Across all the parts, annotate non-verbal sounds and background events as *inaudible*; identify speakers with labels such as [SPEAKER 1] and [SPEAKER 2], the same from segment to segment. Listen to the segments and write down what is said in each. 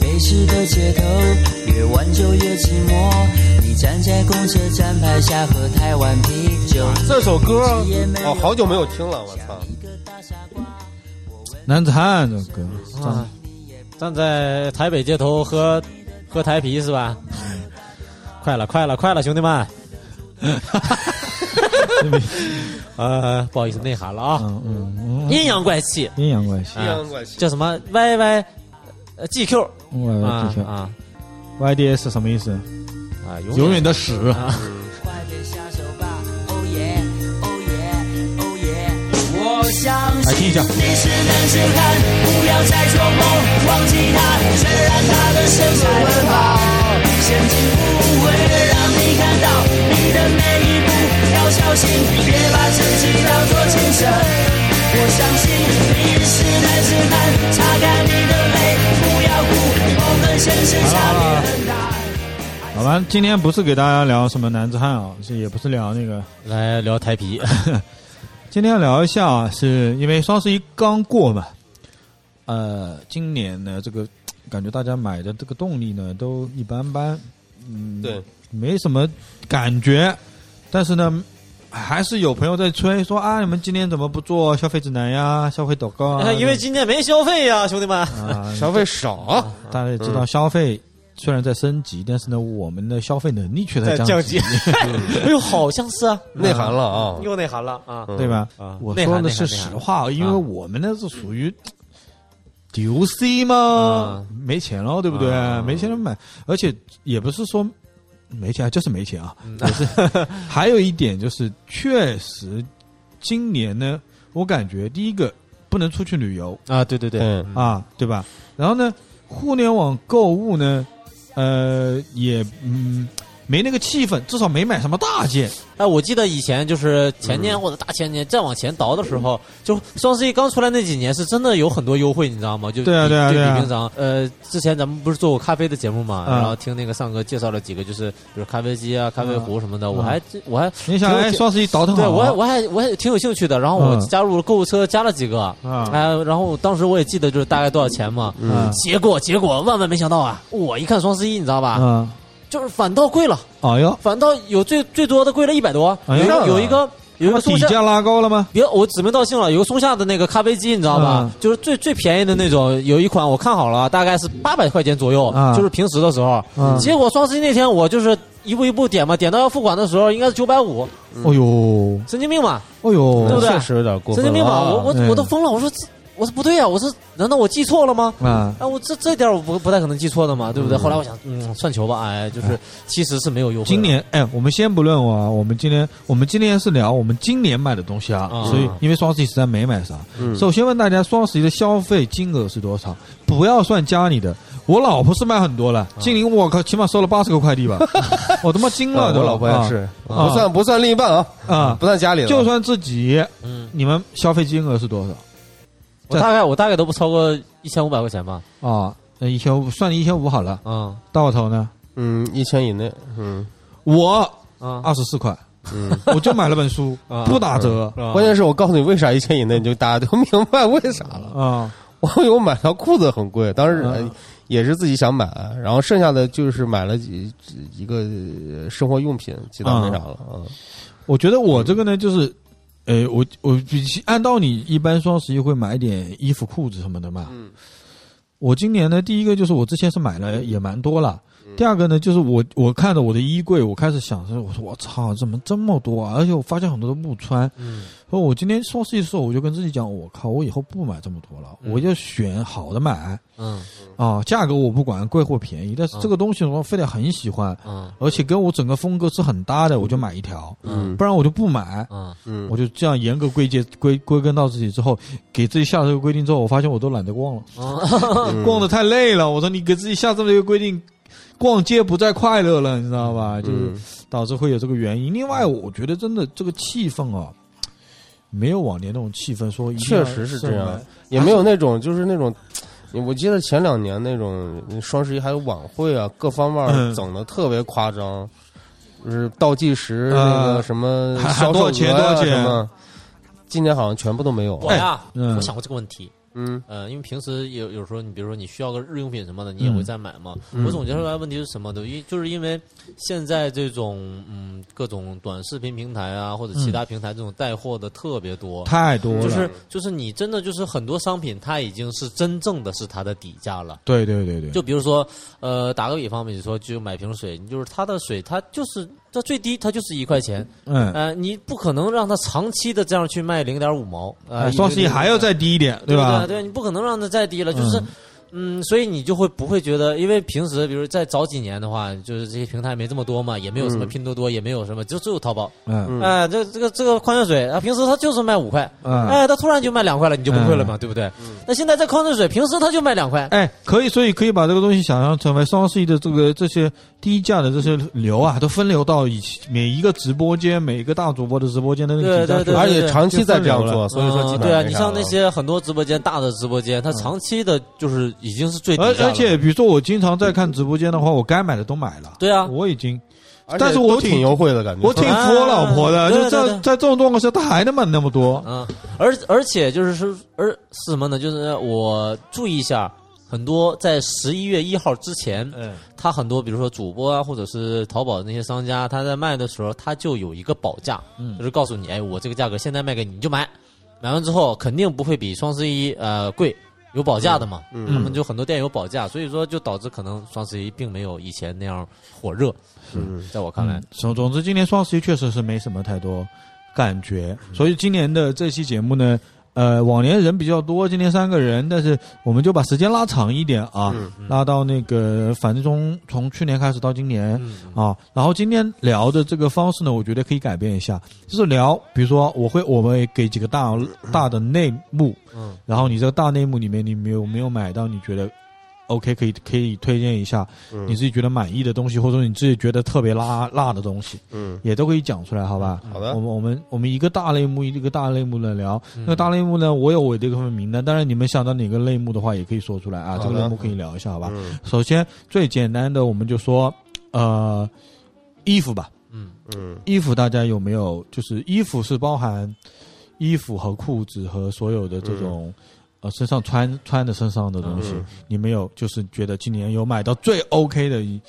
[SPEAKER 1] 北市的街头，越晚就越寂寞。你站在公车站牌下喝台湾啤酒。
[SPEAKER 2] 这首歌哦，好久没有听了，我操！
[SPEAKER 3] 难弹的歌，
[SPEAKER 4] 啊，站在台北街头喝喝台啤是吧？快了，快了，快了，兄弟 *laughs* 们！呃，不好意思，内涵了啊！
[SPEAKER 3] 嗯嗯嗯，
[SPEAKER 4] 阴阳怪气
[SPEAKER 3] 阴阳怪气
[SPEAKER 2] 阴阳怪气，
[SPEAKER 4] 叫什么？Y Y，呃，GQ
[SPEAKER 3] ，Y
[SPEAKER 4] 啊
[SPEAKER 3] Y D
[SPEAKER 4] 啊
[SPEAKER 3] Y D S 什么意思？
[SPEAKER 4] 啊！
[SPEAKER 3] 永远的屎，
[SPEAKER 1] 快点下手吧，哦耶，哦耶，哦耶！我相
[SPEAKER 3] 来
[SPEAKER 1] 信
[SPEAKER 3] 听一下。
[SPEAKER 1] 你是男子汉，不要再做梦，忘记他，虽然他的身材很好，陷阱不会让你看到你的每一步，要小心，别把自己当作情圣。我相信你是男子汉，擦干你的泪，不要哭，我们现实差别很大。
[SPEAKER 3] 好吧，今天不是给大家聊什么男子汉啊，是也不是聊那个，
[SPEAKER 4] 来聊台啤，
[SPEAKER 3] 今天要聊一下啊，是因为双十一刚过嘛，呃，今年呢这个感觉大家买的这个动力呢都一般般，嗯，
[SPEAKER 2] 对，
[SPEAKER 3] 没什么感觉，但是呢。还是有朋友在催说啊，你们今年怎么不做消费指南呀、消费祷告啊？
[SPEAKER 4] 哎 *laughs* 因为今年没消费呀，兄弟 *laughs* 们。
[SPEAKER 3] 啊，
[SPEAKER 2] 消费少，
[SPEAKER 4] 啊
[SPEAKER 3] 大家也知道，
[SPEAKER 4] 嗯
[SPEAKER 3] 消费虽然在升级，但是呢，我们的消费能力却在
[SPEAKER 4] 在
[SPEAKER 3] 降
[SPEAKER 4] 降级，哎呦，好像是啊，
[SPEAKER 2] 内涵了啊！
[SPEAKER 4] 又内涵了啊！
[SPEAKER 3] *laughs* 对吧？
[SPEAKER 4] 啊
[SPEAKER 3] 我
[SPEAKER 4] 内
[SPEAKER 3] 说
[SPEAKER 4] 涵
[SPEAKER 3] 的
[SPEAKER 4] 内涵
[SPEAKER 3] 是
[SPEAKER 4] 内
[SPEAKER 3] 实
[SPEAKER 4] 涵
[SPEAKER 3] 话，因为
[SPEAKER 4] 啊
[SPEAKER 3] 我们呢是属于丢 C 嘛，没钱了，对不对？
[SPEAKER 4] 啊
[SPEAKER 3] 没钱了买，而且也不是说没钱，就是没钱啊。*laughs*
[SPEAKER 4] 嗯
[SPEAKER 3] 就是还有一点就是，确实今年呢，我感觉第一个不能出去旅游，
[SPEAKER 4] 啊，对对对，
[SPEAKER 2] 嗯
[SPEAKER 3] 啊，对吧？然后呢，互联网购物呢，呃，也嗯，没那个气氛，至少没买什么大件。
[SPEAKER 4] 哎，我记得以前就是前年或者大前年，再往前倒的时
[SPEAKER 3] 嗯
[SPEAKER 4] 候，就双十一刚出来那几年，是真的有很多优惠，你知道吗？就
[SPEAKER 3] 对啊
[SPEAKER 4] 比
[SPEAKER 3] 对啊
[SPEAKER 4] 就
[SPEAKER 3] 对啊
[SPEAKER 4] 比平常，呃，之前咱们不是做过咖啡的节目嘛，
[SPEAKER 3] 嗯
[SPEAKER 4] 然后听那个尚哥介绍了几个，就是比如咖啡机啊、咖啡壶什么的，我还我还
[SPEAKER 3] 你想，
[SPEAKER 4] 挺有
[SPEAKER 3] 哎，
[SPEAKER 4] 劲
[SPEAKER 3] 双十一倒嗯腾好
[SPEAKER 4] 对
[SPEAKER 3] 啊，
[SPEAKER 4] 我还我还我还挺有兴趣的，然后我
[SPEAKER 3] 嗯
[SPEAKER 4] 加入了购物车，加了几个，
[SPEAKER 3] 啊
[SPEAKER 4] 哎，然后当时我也记得就是大概多少钱嘛，
[SPEAKER 3] 啊
[SPEAKER 4] 结果结果万万没想到啊，我一看双十一，你知道吧，
[SPEAKER 3] 啊，
[SPEAKER 4] 就是反倒贵了。
[SPEAKER 3] 哎呦，
[SPEAKER 4] 反倒有最最多的贵了一百多，
[SPEAKER 3] 哎
[SPEAKER 4] 有一
[SPEAKER 3] 呀
[SPEAKER 4] 个有一个有一个松
[SPEAKER 3] 底
[SPEAKER 4] 下，
[SPEAKER 3] 价拉高了吗？
[SPEAKER 4] 别我指名道姓了，有个松下的那个咖啡机，你知道吧
[SPEAKER 3] 嗯？
[SPEAKER 4] 就是最最便宜的那种，有一款我看好了，大概是八百块钱左右
[SPEAKER 3] 嗯，
[SPEAKER 4] 就是平时的时候
[SPEAKER 3] 嗯。
[SPEAKER 4] 结果双十一那天我就是一步一步点嘛，点到要付款的时候应该是九百五，
[SPEAKER 3] 哦呦，
[SPEAKER 4] 神经病嘛，
[SPEAKER 3] 哦
[SPEAKER 4] 对不
[SPEAKER 3] 呦，
[SPEAKER 4] 对
[SPEAKER 2] 嗯确实有点过
[SPEAKER 4] 神
[SPEAKER 2] 分
[SPEAKER 4] 经病
[SPEAKER 2] 了
[SPEAKER 4] 嘛！
[SPEAKER 2] 啊。
[SPEAKER 4] 我我
[SPEAKER 3] 嗯
[SPEAKER 4] 我都疯了，我说这我说不对啊，我说难道我记错了吗？
[SPEAKER 3] 啊，
[SPEAKER 4] 哎，我这这点我不不太可能记错的嘛，对不对？后来我想，嗯，算球吧，哎，就是其实是没有优惠的。
[SPEAKER 3] 今年哎，我们先不论我啊，我们今天我们今天是聊我们今年买的东西啊，
[SPEAKER 4] 嗯
[SPEAKER 3] 所以因为双十一实在没买啥。
[SPEAKER 2] 嗯
[SPEAKER 3] 首先问大家，双十一的消费金额是多少？不要算家里的，我老婆是买很多
[SPEAKER 2] 啊
[SPEAKER 3] 了，精灵我靠，起码收了八十个
[SPEAKER 2] *laughs*
[SPEAKER 3] 快递吧，我他妈惊了
[SPEAKER 2] 啊
[SPEAKER 3] 都，
[SPEAKER 2] 我老婆也是，
[SPEAKER 3] 啊
[SPEAKER 2] 不算不算另一半啊，
[SPEAKER 3] 啊，
[SPEAKER 2] 不算家里的，
[SPEAKER 3] 就算自己，
[SPEAKER 4] 嗯，
[SPEAKER 3] 你们消费金额是多少
[SPEAKER 4] 我大概我大概都不超过一千五百块钱吧，
[SPEAKER 3] 啊？那一千五，算你一千五好了，
[SPEAKER 4] 嗯。
[SPEAKER 3] 到我头呢，
[SPEAKER 2] 嗯一千以内，嗯，
[SPEAKER 3] 我
[SPEAKER 4] 啊
[SPEAKER 3] 二十四块，我就买了本
[SPEAKER 2] *laughs*
[SPEAKER 3] 书，不打折
[SPEAKER 4] 啊
[SPEAKER 2] 关键是我告诉你为啥一千以内，你就大家都明白为啥 *laughs* 了。
[SPEAKER 3] 啊，
[SPEAKER 2] 我有买条裤子很贵，当时
[SPEAKER 3] 嗯
[SPEAKER 2] 呃也是自己想买，然后剩下的就是买了几一个呃生活用品，其他没啥了。嗯
[SPEAKER 3] 我觉得我这个呢，就是，呃，我我比起按道理，一般双十一会买点衣服、裤子什么的嘛。
[SPEAKER 2] 嗯。
[SPEAKER 3] 我今年呢，第一个就是我之前是买了也蛮多了，
[SPEAKER 4] 嗯
[SPEAKER 3] 第二个呢，就是我我看着我的衣柜，我开始想说，我说我操，怎么这么多啊？而且我发现很多都不穿。
[SPEAKER 4] 嗯。
[SPEAKER 3] 所以我今天双十一的时候，我就跟自己讲，我靠，我以后不买这么多了，
[SPEAKER 4] 嗯
[SPEAKER 3] 我要选好的买
[SPEAKER 4] 嗯
[SPEAKER 3] 啊，价格我不管贵或便宜，但是这个东西我非得很喜欢，
[SPEAKER 4] 嗯
[SPEAKER 3] 而且跟我整个风格是很搭的，我就买一条，
[SPEAKER 2] 嗯
[SPEAKER 3] 不然我就不买。
[SPEAKER 4] 嗯，
[SPEAKER 2] 嗯，
[SPEAKER 3] 我就这样严格归结归归根到自己之后，给自己下了这个规定之后，我发现我都懒得逛了，
[SPEAKER 2] 嗯
[SPEAKER 3] 逛的太累了。我说你给自己下这么一个规定，逛街不再快乐了，你知道吧？就是
[SPEAKER 2] 嗯
[SPEAKER 3] 导致会有这个原因。另外，我觉得真的这个气氛啊，没有往年那种气氛说一定
[SPEAKER 2] 确
[SPEAKER 3] 要
[SPEAKER 2] 实是
[SPEAKER 3] 圣
[SPEAKER 2] 这样
[SPEAKER 3] 诞，
[SPEAKER 2] 也没有那种就是那种。我记得前两年那种双十一还有晚会啊，各方面
[SPEAKER 3] 嗯
[SPEAKER 2] 整的特别夸张，就是倒计时
[SPEAKER 3] 呃
[SPEAKER 2] 那个什么
[SPEAKER 3] 还还
[SPEAKER 2] 销售
[SPEAKER 3] 多少钱
[SPEAKER 2] 额呀
[SPEAKER 3] 多少钱
[SPEAKER 2] 什么，今年好像全部都没有。
[SPEAKER 4] 我呀，
[SPEAKER 3] 嗯
[SPEAKER 4] 我想过这个问题，
[SPEAKER 2] 嗯
[SPEAKER 4] 呃，因为平时有有时候你比如说你需要个日用品什么的，你也会再买嘛。
[SPEAKER 2] 嗯
[SPEAKER 4] 我总结出来问题是什么的？因为就是因为现在这种嗯各种短视频平台啊或者其他平台这种带货的特别多，
[SPEAKER 3] 嗯太多了，
[SPEAKER 4] 就是就是你真的就是很多商品它已经是真正的是它的底价了。
[SPEAKER 3] 对对对对，
[SPEAKER 4] 就比如说，呃，打个比方，比如说就买瓶水，你就是它的水，它就是它最低它就是一块钱，
[SPEAKER 3] 嗯，
[SPEAKER 4] 呃，你不可能让它长期的这样去卖零点五毛，
[SPEAKER 3] 哎
[SPEAKER 4] 呃，
[SPEAKER 3] 双十一还要再低一点，
[SPEAKER 4] 对
[SPEAKER 3] 吧
[SPEAKER 4] 对？对，你不可能让它再低了，就是。嗯，所以你就会不会觉得，因为平时比如在早几年的话，就是这些平台没这么多嘛，也没有什么
[SPEAKER 2] 嗯
[SPEAKER 4] 拼多多，也没有什么，就只有淘宝。
[SPEAKER 3] 嗯
[SPEAKER 2] 嗯
[SPEAKER 4] 哎、这这个这个矿泉水啊，平时它就是卖五块，
[SPEAKER 3] 嗯，
[SPEAKER 4] 哎，它突然就卖两块了，你就崩溃了
[SPEAKER 2] 嗯
[SPEAKER 4] 嘛，对不对？那现在这矿泉水平时它就卖两块，
[SPEAKER 3] 哎，可以，所以可以把这个东西想象成为双十一的这个这些低价的这些流啊，都分流到以每一个直播间、每一个大主播的直播间的那个底
[SPEAKER 4] 对
[SPEAKER 3] 价
[SPEAKER 4] 对
[SPEAKER 3] 去
[SPEAKER 4] 对
[SPEAKER 2] 而且长期在这样做，所以说基本
[SPEAKER 4] 嗯对
[SPEAKER 2] 上
[SPEAKER 4] 啊，
[SPEAKER 2] 没
[SPEAKER 4] 你
[SPEAKER 2] 啥
[SPEAKER 4] 像
[SPEAKER 2] 了嗯
[SPEAKER 4] 那些很多直播间大的直播间，它长期的就是已经是最低
[SPEAKER 3] 而
[SPEAKER 4] 价了
[SPEAKER 3] 而且比如说我经常在看直播间的话，我该买的都买了，
[SPEAKER 4] 对啊，
[SPEAKER 3] 我已经
[SPEAKER 2] 而且
[SPEAKER 3] 但是我
[SPEAKER 2] 都挺
[SPEAKER 3] 挺
[SPEAKER 2] 优惠的感觉，
[SPEAKER 3] 我挺服我老婆的，
[SPEAKER 4] 啊
[SPEAKER 3] 就
[SPEAKER 4] 对
[SPEAKER 3] 在
[SPEAKER 4] 对对
[SPEAKER 3] 在这种状况下，她还能买那么多，
[SPEAKER 4] 嗯，而而且就是是而是什么呢？就是我注意一下，很多在十一月一号之前，
[SPEAKER 3] 嗯
[SPEAKER 4] 他很多比如说主播啊，或者是淘宝那些商家，他在卖的时候，他就有一个保价，
[SPEAKER 3] 嗯
[SPEAKER 4] 就是告诉你，哎，我这个价格现在卖给你，你就买，买完之后肯定不会比双十一呃贵。有保价的嘛？
[SPEAKER 2] 嗯
[SPEAKER 4] 他们就很多店有保价，所以说就导致可能双十一并没有以前那样火热。
[SPEAKER 2] 嗯，
[SPEAKER 4] 在我看来，
[SPEAKER 3] 总总之，今年双十一确实是没什么太多感觉，
[SPEAKER 4] 嗯
[SPEAKER 3] 所以今年的这期节目呢，呃，往年人比较多，今年三个人，但是我们就把时间拉长一点啊，
[SPEAKER 2] 嗯
[SPEAKER 3] 拉到那个反正从从去年开始到今年。
[SPEAKER 4] 嗯
[SPEAKER 3] 啊，然后今天聊的这个方式呢，我觉得可以改变一下，就是聊，比如说我会我们给几个大大的内幕，
[SPEAKER 4] 嗯
[SPEAKER 3] 然后你这个大内幕里面你没有没有买到，你觉得 OK 可以可以推荐一下
[SPEAKER 2] 嗯
[SPEAKER 3] 你自己觉得满意的东西，或者说你自己觉得特别辣辣的东西，
[SPEAKER 2] 嗯，
[SPEAKER 3] 也都可以讲出来，好吧？
[SPEAKER 2] 好
[SPEAKER 3] 我
[SPEAKER 2] 的
[SPEAKER 3] 们，我们我们一个大类目一个大类目的聊，
[SPEAKER 2] 嗯
[SPEAKER 3] 那个大类目呢，我有我的一个名单，当然你们想到哪个类目的话，也可以说出来啊，
[SPEAKER 2] 好
[SPEAKER 3] 这
[SPEAKER 2] 的
[SPEAKER 3] 个类目可以聊一下，好吧？
[SPEAKER 2] 嗯
[SPEAKER 3] 首先最简单的，我们就说，呃，衣服吧，
[SPEAKER 4] 嗯
[SPEAKER 2] 嗯
[SPEAKER 3] 衣服大家有没有？就是衣服是包含衣服和裤子和所有的这种、呃身上穿穿的身上的东西，
[SPEAKER 2] 嗯
[SPEAKER 3] 你们有就是觉得今年有买到最 OK 的一、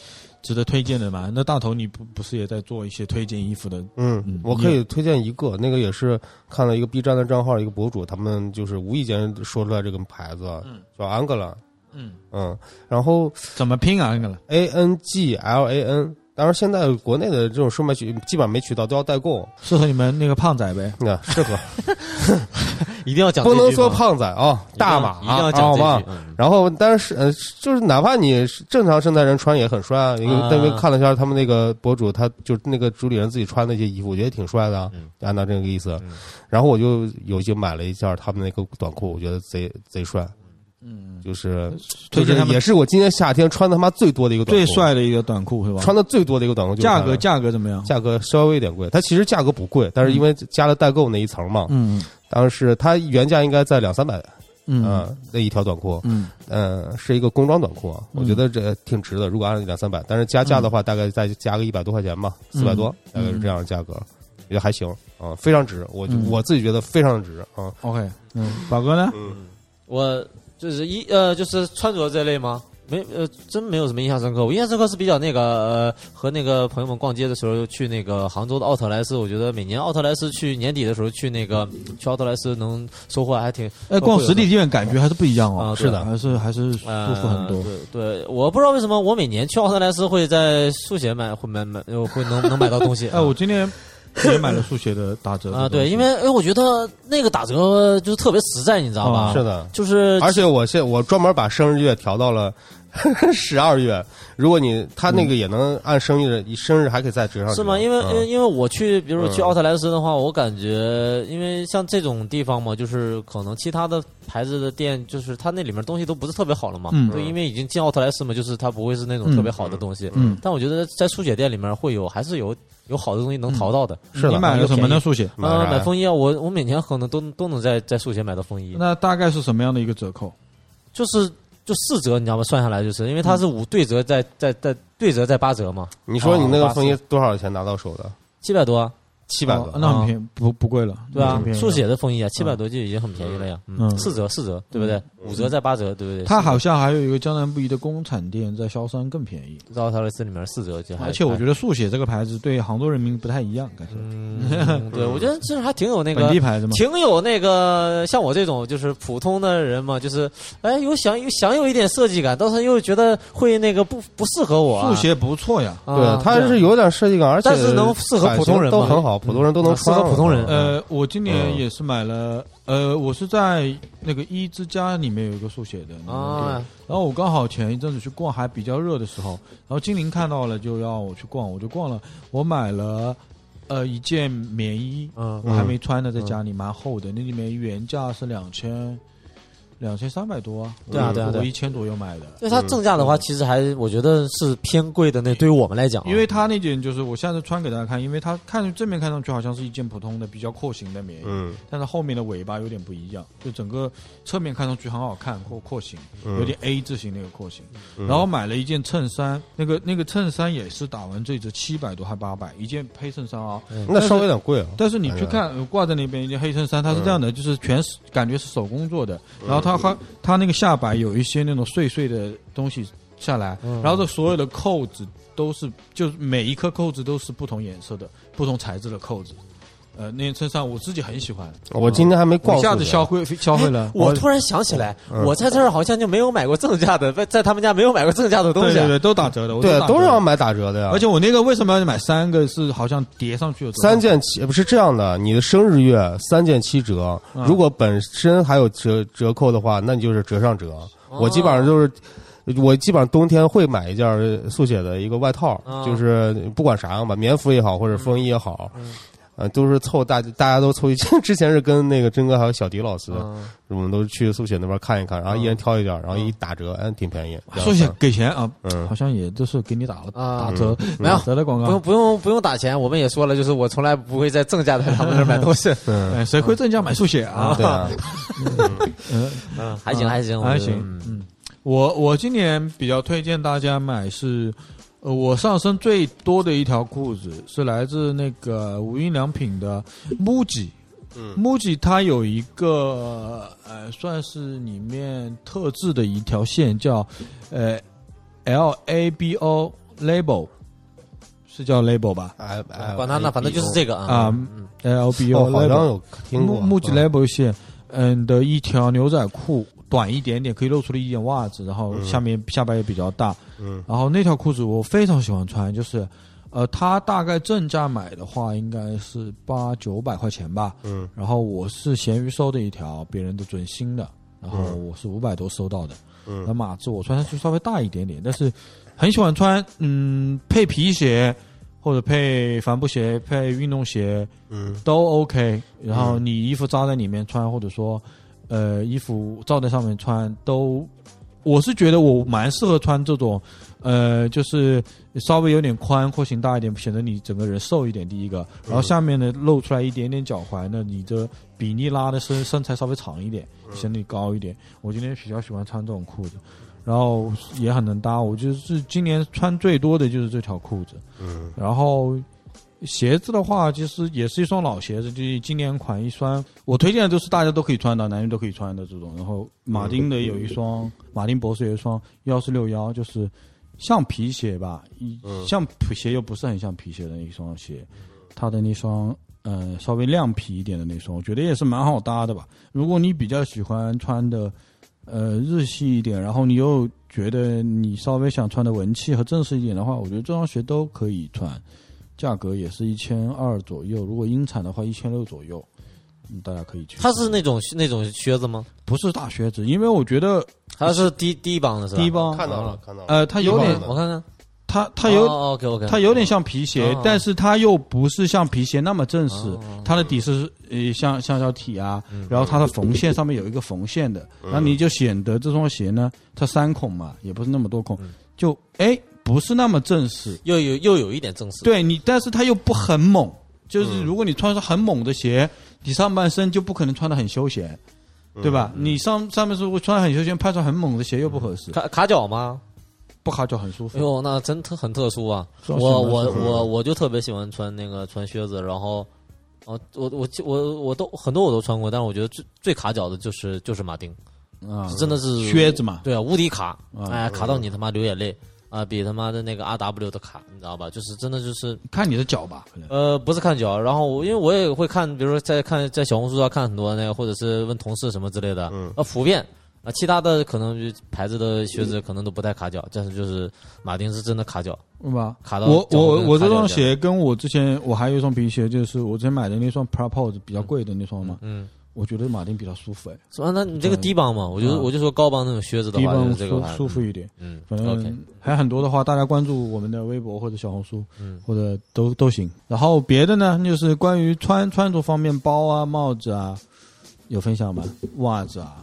[SPEAKER 3] 值得推荐的吗？那大头你不不是也在做一些推荐衣服的？嗯
[SPEAKER 2] 嗯，我可以推荐一个，那个也是看了一个 B 站的账号，一个博主，他们就是无意间说出来这个牌子，叫安格兰，
[SPEAKER 3] 嗯，
[SPEAKER 2] 嗯，然后
[SPEAKER 3] 怎么拼啊？那个了？
[SPEAKER 2] A N G L A N。当然，现在国内的这种售卖渠基本上没渠道，都要代购，
[SPEAKER 3] 适合你们那个胖仔呗？
[SPEAKER 2] 那、适合
[SPEAKER 4] 嗯一 *laughs* 定要讲这
[SPEAKER 2] 不
[SPEAKER 4] 句吗，
[SPEAKER 2] 能说胖仔啊、大码啊
[SPEAKER 4] 一定要讲
[SPEAKER 2] 好吧
[SPEAKER 4] 这句。？嗯
[SPEAKER 2] 然后，但是呃，就是哪怕你是正常身材人穿也很帅啊。因为
[SPEAKER 4] 啊
[SPEAKER 2] 但是看了一下他们那个博主，他就那个主理人自己穿的一些衣服，我觉得挺帅的啊
[SPEAKER 4] 嗯。
[SPEAKER 2] 按照这个意思
[SPEAKER 4] 嗯，
[SPEAKER 2] 然后我就有就买了一件他们那个短裤，我觉得贼贼帅，
[SPEAKER 3] 嗯，
[SPEAKER 2] 就是
[SPEAKER 3] 推
[SPEAKER 2] 就
[SPEAKER 3] 荐
[SPEAKER 2] 是
[SPEAKER 3] 他们
[SPEAKER 2] 也是我今年夏天穿的他妈最多的一个短
[SPEAKER 3] 最
[SPEAKER 2] 裤，
[SPEAKER 3] 帅的一个短裤是吧？
[SPEAKER 2] 穿的最多的一个短裤就是它
[SPEAKER 3] 价
[SPEAKER 2] 了。
[SPEAKER 3] 格价格怎么样？
[SPEAKER 2] 价格稍微有点贵，它其实价格不贵，但是因为加了代购那一层嘛，
[SPEAKER 3] 嗯
[SPEAKER 2] 当时它原价应该在两三百，
[SPEAKER 3] 嗯
[SPEAKER 2] 嗯，那一条短裤，
[SPEAKER 3] 嗯
[SPEAKER 2] 嗯，是一个工装短裤啊，
[SPEAKER 3] 嗯
[SPEAKER 2] 我觉得这挺值的。如果按两三百，但是加价的话，大概再加个一百多块钱吧，
[SPEAKER 3] 嗯
[SPEAKER 2] 四百多，大
[SPEAKER 3] 嗯
[SPEAKER 2] 概是这样的价格，觉得还行啊，非常值。我就
[SPEAKER 3] 嗯
[SPEAKER 2] 我自己觉得非常值啊。
[SPEAKER 3] ，OK，嗯，宝哥呢？
[SPEAKER 4] 我就是一呃，就是穿着这类吗？没呃，真没有什么印象深刻。我印象深刻是比较那个呃，和那个朋友们逛街的时候去那个杭州的奥特莱斯，我觉得每年奥特莱斯去年底的时候去那个去奥特莱斯能收获还挺呃
[SPEAKER 3] 哎，逛实体店感觉还是不一样哦，
[SPEAKER 4] 啊是
[SPEAKER 2] 的
[SPEAKER 3] 还是还是舒
[SPEAKER 4] 呃
[SPEAKER 3] 服很多。
[SPEAKER 4] 对对，我不知道为什么我每年去奥特莱斯会在速写买会买 *laughs* 买呃会能能买到东西。
[SPEAKER 3] *laughs* 哎，我今天也买了速写的打折的
[SPEAKER 4] 啊
[SPEAKER 3] 东
[SPEAKER 4] 对，
[SPEAKER 3] 西
[SPEAKER 4] 因为哎我觉得那个打折就是特别实在，你知道吧？
[SPEAKER 3] 啊
[SPEAKER 2] 是的，
[SPEAKER 4] 就是
[SPEAKER 2] 而且我现我专门把生日月调到了 *laughs* 十二月。如果你他那个也能按生日生日还可以再折
[SPEAKER 3] 啊
[SPEAKER 2] 上折，
[SPEAKER 4] 嗯是吗？因为、因为
[SPEAKER 2] 嗯
[SPEAKER 4] 因为我去，比如说去
[SPEAKER 2] 嗯
[SPEAKER 4] 奥特莱斯的话，我感觉，因为像这种地方嘛，就是可能其他的牌子的店，就是它那里面东西都不是特别好了嘛。
[SPEAKER 3] 嗯
[SPEAKER 4] 对，因为已经进奥特莱斯嘛，就是它不会是那种
[SPEAKER 3] 嗯
[SPEAKER 4] 特别好的东西。
[SPEAKER 3] 嗯，
[SPEAKER 4] 但我觉得在速写店里面会有，还是有有好的东西能
[SPEAKER 3] 嗯
[SPEAKER 4] 淘到的。
[SPEAKER 2] 是的
[SPEAKER 3] 你买了什么呢？速写？
[SPEAKER 2] 买啥
[SPEAKER 4] 啊，买
[SPEAKER 2] 呀
[SPEAKER 4] 风衣啊，我我每年可能都都能在在速写买到风衣，
[SPEAKER 3] 那大概是什么样的一个折扣？
[SPEAKER 4] 就是就四折，你知道吗？算下来就是因为它
[SPEAKER 3] 嗯
[SPEAKER 4] 是五对折再再再对折再八折嘛，
[SPEAKER 2] 你说你那
[SPEAKER 4] 哦
[SPEAKER 2] 个
[SPEAKER 4] 八四
[SPEAKER 2] 风衣多少钱拿到手的？
[SPEAKER 4] 七百多啊。
[SPEAKER 2] 七百
[SPEAKER 3] 哦
[SPEAKER 2] 多，
[SPEAKER 3] 那很便宜，不不贵了，
[SPEAKER 4] 对吧
[SPEAKER 3] 挺嗯便？宜的
[SPEAKER 4] 速写的风衣啊，七百多就已经很便宜了呀，嗯
[SPEAKER 3] 嗯
[SPEAKER 4] 四折四折，对不对？五折再八折，对不对？
[SPEAKER 3] 它好像还有一个江南布宜的工厂店在萧山更便宜，
[SPEAKER 4] 在奥特莱斯里面四折就还，
[SPEAKER 3] 而且我觉
[SPEAKER 4] 得，
[SPEAKER 3] 得速写这个牌子对杭州人民不太一样，感觉 *laughs*
[SPEAKER 4] 嗯，对我觉得其实还挺有那
[SPEAKER 3] 本
[SPEAKER 4] 个
[SPEAKER 3] 地牌子嘛，
[SPEAKER 4] 挺有那个像我这种就是普通的人嘛，就是哎有想有想有一点设计感，但是又觉得会那个不不适合我、啊。
[SPEAKER 3] 速写不错呀。
[SPEAKER 4] 啊，
[SPEAKER 2] 对，它是有点设计感，而且
[SPEAKER 4] 但是能适合普通人吗
[SPEAKER 2] 版
[SPEAKER 4] 嗯
[SPEAKER 2] 型都很好，普通人都能穿，啊
[SPEAKER 4] 适合普通人
[SPEAKER 3] 呃，我今年
[SPEAKER 2] 嗯
[SPEAKER 3] 也是买了，呃，我是在那个一之家里面有一个速写的
[SPEAKER 4] 这样啊，
[SPEAKER 3] 然后我刚好前一阵子去逛，还比较热的时候，然后精灵看到了就要我去逛，我就逛了，我买了，呃，一件棉衣，
[SPEAKER 4] 嗯
[SPEAKER 3] 我还没穿呢，在家里蛮厚的，那里面原价是两千，两千三百多啊，
[SPEAKER 4] 对啊对啊对啊
[SPEAKER 3] 我一千左右买的。
[SPEAKER 4] 因为它正价的话，其实还我觉得是偏贵的。那对于我们来讲啊，
[SPEAKER 3] 嗯因为它那件就是我下次穿给大家看，因为它看正面看上去好像是一件普通的比较廓形的棉衣，
[SPEAKER 2] 嗯，
[SPEAKER 3] 但是后面的尾巴有点不一样，就整个侧面看上去很好看，廓廓形
[SPEAKER 2] 嗯
[SPEAKER 3] 有点 A 字形那个廓形。
[SPEAKER 2] 嗯
[SPEAKER 3] 然后买了一件衬衫，那个那个衬衫也是打完这折七百多还八百，一件黑衬衫啊。
[SPEAKER 2] 那稍微有点贵啊，
[SPEAKER 3] 但是你去看呃挂在那边一件黑衬衫，它是这样的，就是全是感觉是手工做的，然后它还它那个下摆有一些那种碎碎的东西下来，然后这所有的扣子都是就是每一颗扣子都是不同颜色的、不同材质的扣子。呃，那件衬衫我自己很喜欢，
[SPEAKER 2] 我今天还没
[SPEAKER 3] 我
[SPEAKER 2] 逛
[SPEAKER 3] 一
[SPEAKER 2] 速写，
[SPEAKER 3] 下子消费消费了哦
[SPEAKER 4] 哎。我突然想起来，
[SPEAKER 2] 嗯
[SPEAKER 4] 我在这儿好像就没有买过正价的，在在他们家没有买过正价的东
[SPEAKER 3] 对
[SPEAKER 4] 西。啊
[SPEAKER 3] 对对，都打折的，我
[SPEAKER 2] 对
[SPEAKER 3] 打，折
[SPEAKER 2] 都是
[SPEAKER 3] 的
[SPEAKER 2] 要买打折的呀，
[SPEAKER 3] 而且我那个为什么要买三个？是好像叠上去有多少
[SPEAKER 2] 三件七不是这样的，你的生日月三件七折，
[SPEAKER 3] 嗯
[SPEAKER 2] 如果本身还有折折扣的话，那你就是折上折。
[SPEAKER 4] 哦
[SPEAKER 2] 我基本上就是，我基本上冬天会买一件速写的一个外套，
[SPEAKER 3] 嗯
[SPEAKER 4] 啊
[SPEAKER 2] 就是不管啥样吧，棉服也好，或者风衣也好，嗯，都是凑大大家都凑一件。 *laughs* 之前是跟那个真哥还有小迪老师，
[SPEAKER 4] 嗯
[SPEAKER 2] 我们都去速写那边看一看，然后一人
[SPEAKER 3] 嗯
[SPEAKER 2] 挑一件，然后一打折，嗯，挺便宜。
[SPEAKER 3] 说起来给钱啊，
[SPEAKER 2] 嗯
[SPEAKER 3] 好像也就是给你打了
[SPEAKER 4] 啊
[SPEAKER 3] 打折，
[SPEAKER 4] 没有
[SPEAKER 3] 打折的广
[SPEAKER 4] 不用
[SPEAKER 3] 告。
[SPEAKER 4] 不用不用打钱，我们也说了，就是我从来不会在正价的他们那儿买东西。
[SPEAKER 2] 嗯，
[SPEAKER 3] 哎，谁会正价买速写啊？
[SPEAKER 2] 对啊，
[SPEAKER 3] 嗯，
[SPEAKER 4] 嗯， *laughs* 还行还
[SPEAKER 3] *laughs*
[SPEAKER 4] 行
[SPEAKER 3] 还行。嗯，我我今年比较推荐大家买是，呃，我上身最多的一条裤子是来自那个无印良品的 MUJI。MUJI
[SPEAKER 2] 嗯
[SPEAKER 3] 它有一个呃，算是里面特制的一条线叫呃 L A B O label，是叫 label 吧？
[SPEAKER 2] 哎哎，
[SPEAKER 4] 管他呢，反正就是这个啊
[SPEAKER 3] 啊。，L B
[SPEAKER 2] 嗯
[SPEAKER 3] O
[SPEAKER 2] 哦，好
[SPEAKER 3] label，
[SPEAKER 2] 像有听过
[SPEAKER 3] 木木吉
[SPEAKER 2] 嗯
[SPEAKER 3] label 线，嗯的一条牛仔裤，短一点点，可以露出了一点袜子，然后下面下摆也比较大，
[SPEAKER 2] 嗯，
[SPEAKER 3] 然后那条裤子我非常喜欢穿，就是，呃，它大概正价买的话应该是八九百块钱吧，
[SPEAKER 2] 嗯，
[SPEAKER 3] 然后我是闲鱼收的一条别人的准新的，然后我是五百多收到的，
[SPEAKER 2] 嗯
[SPEAKER 3] 那码子我穿上去稍微大一点点，但是很喜欢穿，嗯，配皮鞋或者配帆布鞋、配运动鞋，
[SPEAKER 2] 嗯
[SPEAKER 3] 都 OK。然后你衣服扎在里面穿，或者说，呃，衣服罩在上面穿，都，我是觉得我蛮适合穿这种，呃，就是稍微有点宽，廓形大一点，显得你整个人瘦一点。第一个，然后下面呢露出来一点点脚踝呢，你的比例拉的身身材稍微长一点，显得你高一点。我今天比较喜欢穿这种裤子。然后也很能搭，我就是今年穿最多的就是这条裤子，
[SPEAKER 2] 嗯
[SPEAKER 3] 然后鞋子的话，其实也是一双老鞋子，就是今年款一双，我推荐的都是大家都可以穿的，男女都可以穿的这种。然后马丁的有一双， *laughs* 马丁博士有一双幺四六幺，就是像皮鞋吧，一像皮鞋又不是很像皮鞋的一双鞋，它的那双。呃，稍微亮皮一点的那双，我觉得也是蛮好搭的吧。如果你比较喜欢穿的，呃，日系一点，然后你又觉得你稍微想穿的文气和正式一点的话，我觉得这双鞋都可以穿。价格也是一千二左右，如果英产的话一千六左右，嗯，大家可以去。
[SPEAKER 4] 它是那种那种靴子吗？
[SPEAKER 3] 不是大靴子？因为我觉得
[SPEAKER 4] 它是低低帮的是吧？
[SPEAKER 3] 低帮，
[SPEAKER 2] 看到了，看到了。
[SPEAKER 3] 呃，它有点
[SPEAKER 2] 低帮，的
[SPEAKER 4] 我看看，哦
[SPEAKER 3] 它它有
[SPEAKER 4] OK OK，
[SPEAKER 3] 它有点像皮鞋
[SPEAKER 4] 哦，
[SPEAKER 3] 但是它又不是像皮鞋那么正式
[SPEAKER 4] 哦，嗯
[SPEAKER 3] 它的底是呃像橡胶体啊，然后它的缝线上面有一个缝线的，然后你就显得这双鞋呢，它三孔嘛，也不是那么多
[SPEAKER 4] 嗯
[SPEAKER 3] 孔，就哎不是那么正式，
[SPEAKER 4] 又有又有一点正式。
[SPEAKER 3] 对你，但是它又不很猛，
[SPEAKER 4] 嗯
[SPEAKER 3] 就是如果你穿上很猛的鞋，你上半身就不可能穿的很休闲，
[SPEAKER 4] 嗯
[SPEAKER 3] 对吧？你上上半身如果穿得很休闲，穿上很猛的鞋又不合适，
[SPEAKER 4] 卡卡脚吗？
[SPEAKER 3] 不卡脚很舒
[SPEAKER 4] 哎
[SPEAKER 3] 服。
[SPEAKER 4] 呦，那真特很特殊啊！
[SPEAKER 3] 是啊
[SPEAKER 4] 我
[SPEAKER 3] 是啊
[SPEAKER 4] 我
[SPEAKER 3] 是啊
[SPEAKER 4] 我我就特别喜欢穿那个穿靴子，然后哦，我我记我我都很多我都穿过，但是我觉得最最卡脚的就是就是马丁，
[SPEAKER 3] 啊
[SPEAKER 4] 是真的是
[SPEAKER 3] 靴子嘛，
[SPEAKER 4] 对啊，无敌卡，
[SPEAKER 3] 啊
[SPEAKER 4] 哎，卡到你他妈流眼泪啊，比他妈的那个 R W 的卡，你知道吧？就是真的就是
[SPEAKER 3] 看你的脚吧，可能
[SPEAKER 4] 呃，不是看脚，然后我因为我也会看，比如说在看在小红书上看很多那个，或者是问同事什么之类的，
[SPEAKER 2] 嗯
[SPEAKER 4] 啊，普遍啊，其他的可能就牌子的靴子可能都不太卡脚，但是就是马丁是真的卡脚，
[SPEAKER 3] 是吧？
[SPEAKER 4] 卡到
[SPEAKER 3] 我
[SPEAKER 4] 脚
[SPEAKER 3] 我
[SPEAKER 4] 跟
[SPEAKER 3] 我
[SPEAKER 4] 卡
[SPEAKER 3] 这
[SPEAKER 4] 脚
[SPEAKER 3] 双
[SPEAKER 4] 样，
[SPEAKER 3] 鞋跟我之前我还有一双皮鞋，就是我之前买的那双 Propose 比较贵的那双嘛，
[SPEAKER 4] 嗯，
[SPEAKER 3] 我觉得马丁比较舒服哎，
[SPEAKER 4] 是吧？那你这个
[SPEAKER 3] 对
[SPEAKER 4] 低帮嘛，我就
[SPEAKER 3] 嗯
[SPEAKER 4] 我就说高帮那种靴子的
[SPEAKER 3] 低
[SPEAKER 4] 话，就
[SPEAKER 3] 帮
[SPEAKER 4] 是这个
[SPEAKER 3] 舒
[SPEAKER 4] 牌子
[SPEAKER 3] 舒服，一点。
[SPEAKER 4] 嗯
[SPEAKER 3] 反
[SPEAKER 4] ，OK，
[SPEAKER 3] 正还有很多的话，大家关注我们的微博或者小红书，
[SPEAKER 4] 嗯
[SPEAKER 3] 或者都都行。然后别的呢，就是关于穿穿着方面，包啊、帽子啊，有分享吗？袜子啊、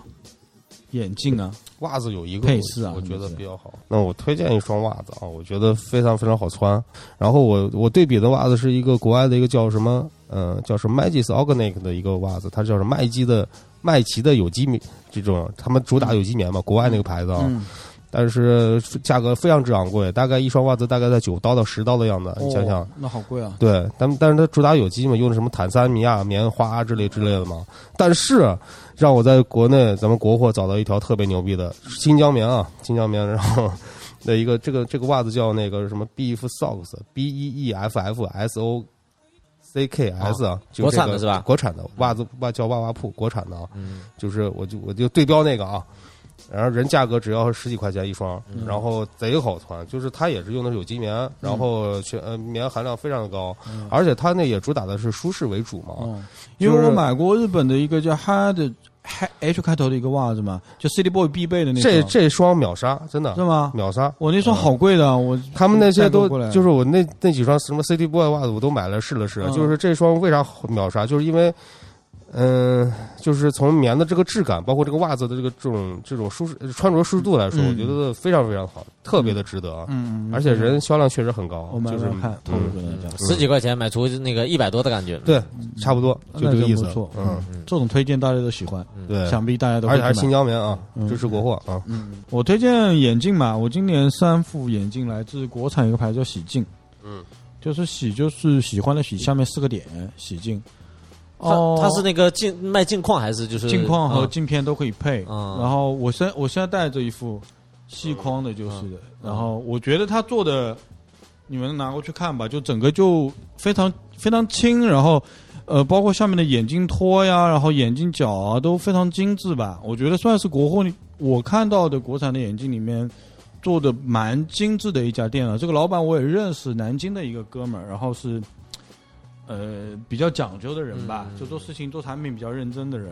[SPEAKER 3] 眼镜啊，
[SPEAKER 2] 袜子有一个
[SPEAKER 3] 配饰啊
[SPEAKER 2] 我觉
[SPEAKER 3] 什么
[SPEAKER 2] 得
[SPEAKER 3] 之类
[SPEAKER 2] 比较好。那我推荐一双袜子啊，我觉得非常非常好穿。然后我我对比的袜子是一个国外的一个叫什么呃叫什么 Magis Organic 的一个袜子，它叫什么麦基的麦奇的有机棉这种，他们主打有机棉嘛，国外那个牌子啊，
[SPEAKER 3] 嗯，
[SPEAKER 2] 但是价格非常之昂贵，大概一双袜子大概在九刀到十刀的样
[SPEAKER 4] 啊
[SPEAKER 2] 子，你想想。
[SPEAKER 3] 哦，那好贵啊！
[SPEAKER 2] 对，但但是它主打有机嘛，用的什么坦桑尼亚棉花之类之类的嘛。但是让我在国内咱们国货找到一条特别牛逼的新疆棉啊，新疆棉，然后的一个这个这个袜子叫那个什么 Beef Socks B E E F F S O C K S 啊，就这
[SPEAKER 4] 哦国
[SPEAKER 2] 个
[SPEAKER 4] 产的是吧
[SPEAKER 2] 国产的袜子袜叫袜袜铺，国产的啊，
[SPEAKER 4] 嗯
[SPEAKER 2] 就是我就我就对标那个啊。然后人价格只要十几块钱一双，
[SPEAKER 3] 嗯
[SPEAKER 2] 然后贼好穿，就是它也是用的是有机棉，然后全呃棉含量非常的高，而且它那也主打的是舒适为主嘛。
[SPEAKER 3] 嗯，
[SPEAKER 2] 就
[SPEAKER 3] 因
[SPEAKER 2] 是
[SPEAKER 3] 为我买过日本的一个叫 Hard H- H 开头的一个袜子嘛，就 City Boy 必备的那
[SPEAKER 2] 这嗯
[SPEAKER 3] 双，
[SPEAKER 2] 这双秒杀真的
[SPEAKER 3] 是吗？
[SPEAKER 2] 秒杀，
[SPEAKER 3] 我那双好贵的啊，我
[SPEAKER 2] 他们那些
[SPEAKER 3] 代购
[SPEAKER 2] 都
[SPEAKER 3] 过来
[SPEAKER 2] 就是我那那几双什么 City Boy 袜子我都买了试了试，
[SPEAKER 3] 嗯
[SPEAKER 2] 就是这双为啥秒杀，就是因为。嗯，就是从棉的这个质感，包括这个袜子的这个这种这种舒适穿着舒适度来说，
[SPEAKER 3] 嗯
[SPEAKER 2] 我觉得非常非常好，特别的值得啊。
[SPEAKER 3] 嗯，嗯
[SPEAKER 2] 而且人销量确实很高
[SPEAKER 3] 我，买
[SPEAKER 2] 就是
[SPEAKER 3] 来看，透露
[SPEAKER 2] 嗯，
[SPEAKER 3] 给大家，
[SPEAKER 4] 十几块钱买出那个一百多的感觉，嗯
[SPEAKER 2] 对，差不多就
[SPEAKER 3] 那
[SPEAKER 2] 这个
[SPEAKER 3] 真
[SPEAKER 2] 意
[SPEAKER 3] 不
[SPEAKER 2] 思
[SPEAKER 3] 错。
[SPEAKER 2] 嗯，
[SPEAKER 3] 这种推荐大家都喜欢，
[SPEAKER 4] 嗯
[SPEAKER 2] 对，
[SPEAKER 3] 想必大家都会
[SPEAKER 2] 而且
[SPEAKER 3] 去
[SPEAKER 2] 还是
[SPEAKER 3] 买
[SPEAKER 2] 新。疆棉啊，
[SPEAKER 3] 嗯
[SPEAKER 2] 支持国货啊。
[SPEAKER 3] 我推荐眼镜嘛，我今年三副眼镜来自国产一个牌子叫喜镜，
[SPEAKER 2] 嗯，
[SPEAKER 3] 就是喜就是喜欢的喜，下面四个点喜镜。
[SPEAKER 4] 它
[SPEAKER 3] 哦，
[SPEAKER 4] 它是那个镜卖镜框还是就是
[SPEAKER 3] 镜框和
[SPEAKER 4] 嗯
[SPEAKER 3] 镜片都可以配。
[SPEAKER 4] 嗯
[SPEAKER 3] 然后我现我现在戴着一副细框的，
[SPEAKER 4] 啊
[SPEAKER 3] 就是的。然后我觉得它做的，你们拿过去看吧，就整个就非常非常轻，然后呃，包括下面的眼镜托呀，然后眼镜角啊，都非常精致吧。我觉得算是国货里我看到的国产的眼镜里面。做的蛮精致的一家店了，这个老板我也认识，南京的一个哥们儿，然后是，呃，比较讲究的人吧，
[SPEAKER 4] 嗯
[SPEAKER 3] 就做事情、做产品比较认真的人，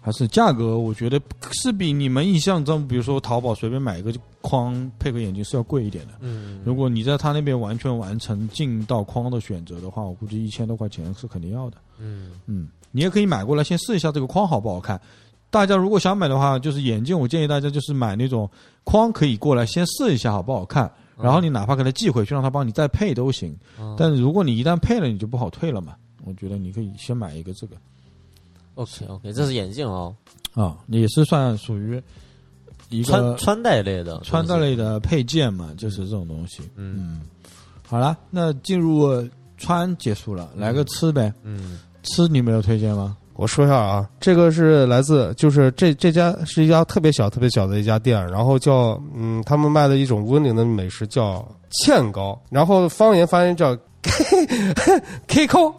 [SPEAKER 3] 还是价格，我觉得是比你们印象中，比如说淘宝随便买一个框配个眼镜是要贵一点的。
[SPEAKER 4] 嗯
[SPEAKER 3] 如果你在他那边完全完成镜到框的选择的话，我估计一千多块钱是肯定要的。
[SPEAKER 4] 嗯
[SPEAKER 3] 嗯，你也可以买过来先试一下这个框好不好看。大家如果想买的话，就是眼镜，我建议大家就是买那种框可以过来先试一下好不好看，然后你哪怕给他寄回去，让他帮你再配都行。
[SPEAKER 4] 嗯
[SPEAKER 3] 但如果你一旦配了，你就不好退了嘛。我觉得你可以先买一个这个。
[SPEAKER 4] OK OK，这是嗯眼镜哦，
[SPEAKER 3] 啊，也是算属于一
[SPEAKER 4] 穿
[SPEAKER 3] 个
[SPEAKER 4] 穿戴类的，
[SPEAKER 3] 穿戴
[SPEAKER 4] 类，
[SPEAKER 3] 类的配件嘛，就是这种东西。
[SPEAKER 4] 嗯
[SPEAKER 3] 嗯，好了，那进入呃穿结束了，来个吃呗。
[SPEAKER 4] 嗯
[SPEAKER 3] 吃你们有推荐吗？
[SPEAKER 2] 我说一下啊，这个是来自就是这这家是一家特别小特别小的一家店，然后叫嗯，他们卖的一种温岭的美食叫芡糕，然后方言发音叫 K *laughs* K K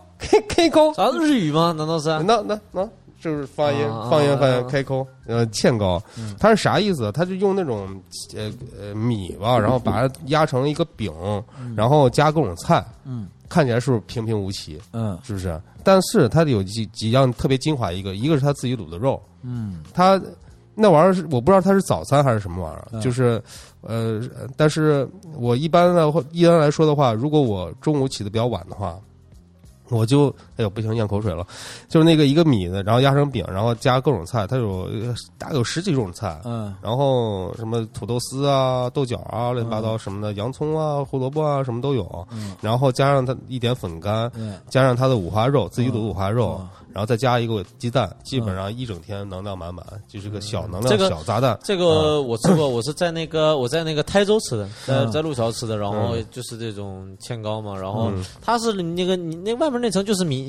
[SPEAKER 2] K 糕，
[SPEAKER 4] 啥日语吗？难道是？
[SPEAKER 3] 嗯
[SPEAKER 2] 那那那就是方言
[SPEAKER 4] 啊嗯
[SPEAKER 2] 方言发
[SPEAKER 4] 啊
[SPEAKER 2] 言
[SPEAKER 4] 啊
[SPEAKER 2] 开口，呃，芡糕，它是啥意思？它就用那种呃呃米吧，然后把它压成一个饼，
[SPEAKER 4] 嗯
[SPEAKER 2] 然后加各种菜，
[SPEAKER 3] 嗯
[SPEAKER 2] 看起来是不是平平无奇？
[SPEAKER 3] 嗯
[SPEAKER 2] 是不是？但是它有几几样特别精华，一个一个是它自己卤的肉，
[SPEAKER 3] 嗯
[SPEAKER 2] 它那玩意儿是我不知道它是早餐还是什么玩意
[SPEAKER 3] 嗯
[SPEAKER 2] 儿，就是呃，但是我一般的话一般来说的话，如果我中午起的比较晚的话，我就哎呦不行咽口水了，就是那个一个米的，然后压成饼，然后加各种菜，它有呃大概有十几种菜。
[SPEAKER 3] 嗯
[SPEAKER 2] 然后什么土豆丝啊、豆角啊、乱七八糟什么的，洋葱啊、胡萝卜啊，什么都有。
[SPEAKER 3] 嗯
[SPEAKER 2] 然后加上它一点粉干，
[SPEAKER 3] 嗯，
[SPEAKER 2] 加上它的五花肉，自己卤
[SPEAKER 3] 嗯
[SPEAKER 2] 五花肉，
[SPEAKER 3] 嗯
[SPEAKER 2] 然后再加一个鸡蛋，基本上一整天能量满满，就是个小能
[SPEAKER 4] 嗯这
[SPEAKER 2] 量
[SPEAKER 4] 个
[SPEAKER 2] 小炸弹。
[SPEAKER 4] 这个我吃
[SPEAKER 3] *laughs*
[SPEAKER 4] 过，我是在那个我在那个台州吃的，在
[SPEAKER 3] 啊嗯
[SPEAKER 4] 在路桥吃的，然后就是这种芡糕嘛，然后它是那个你那外面边那层就是米，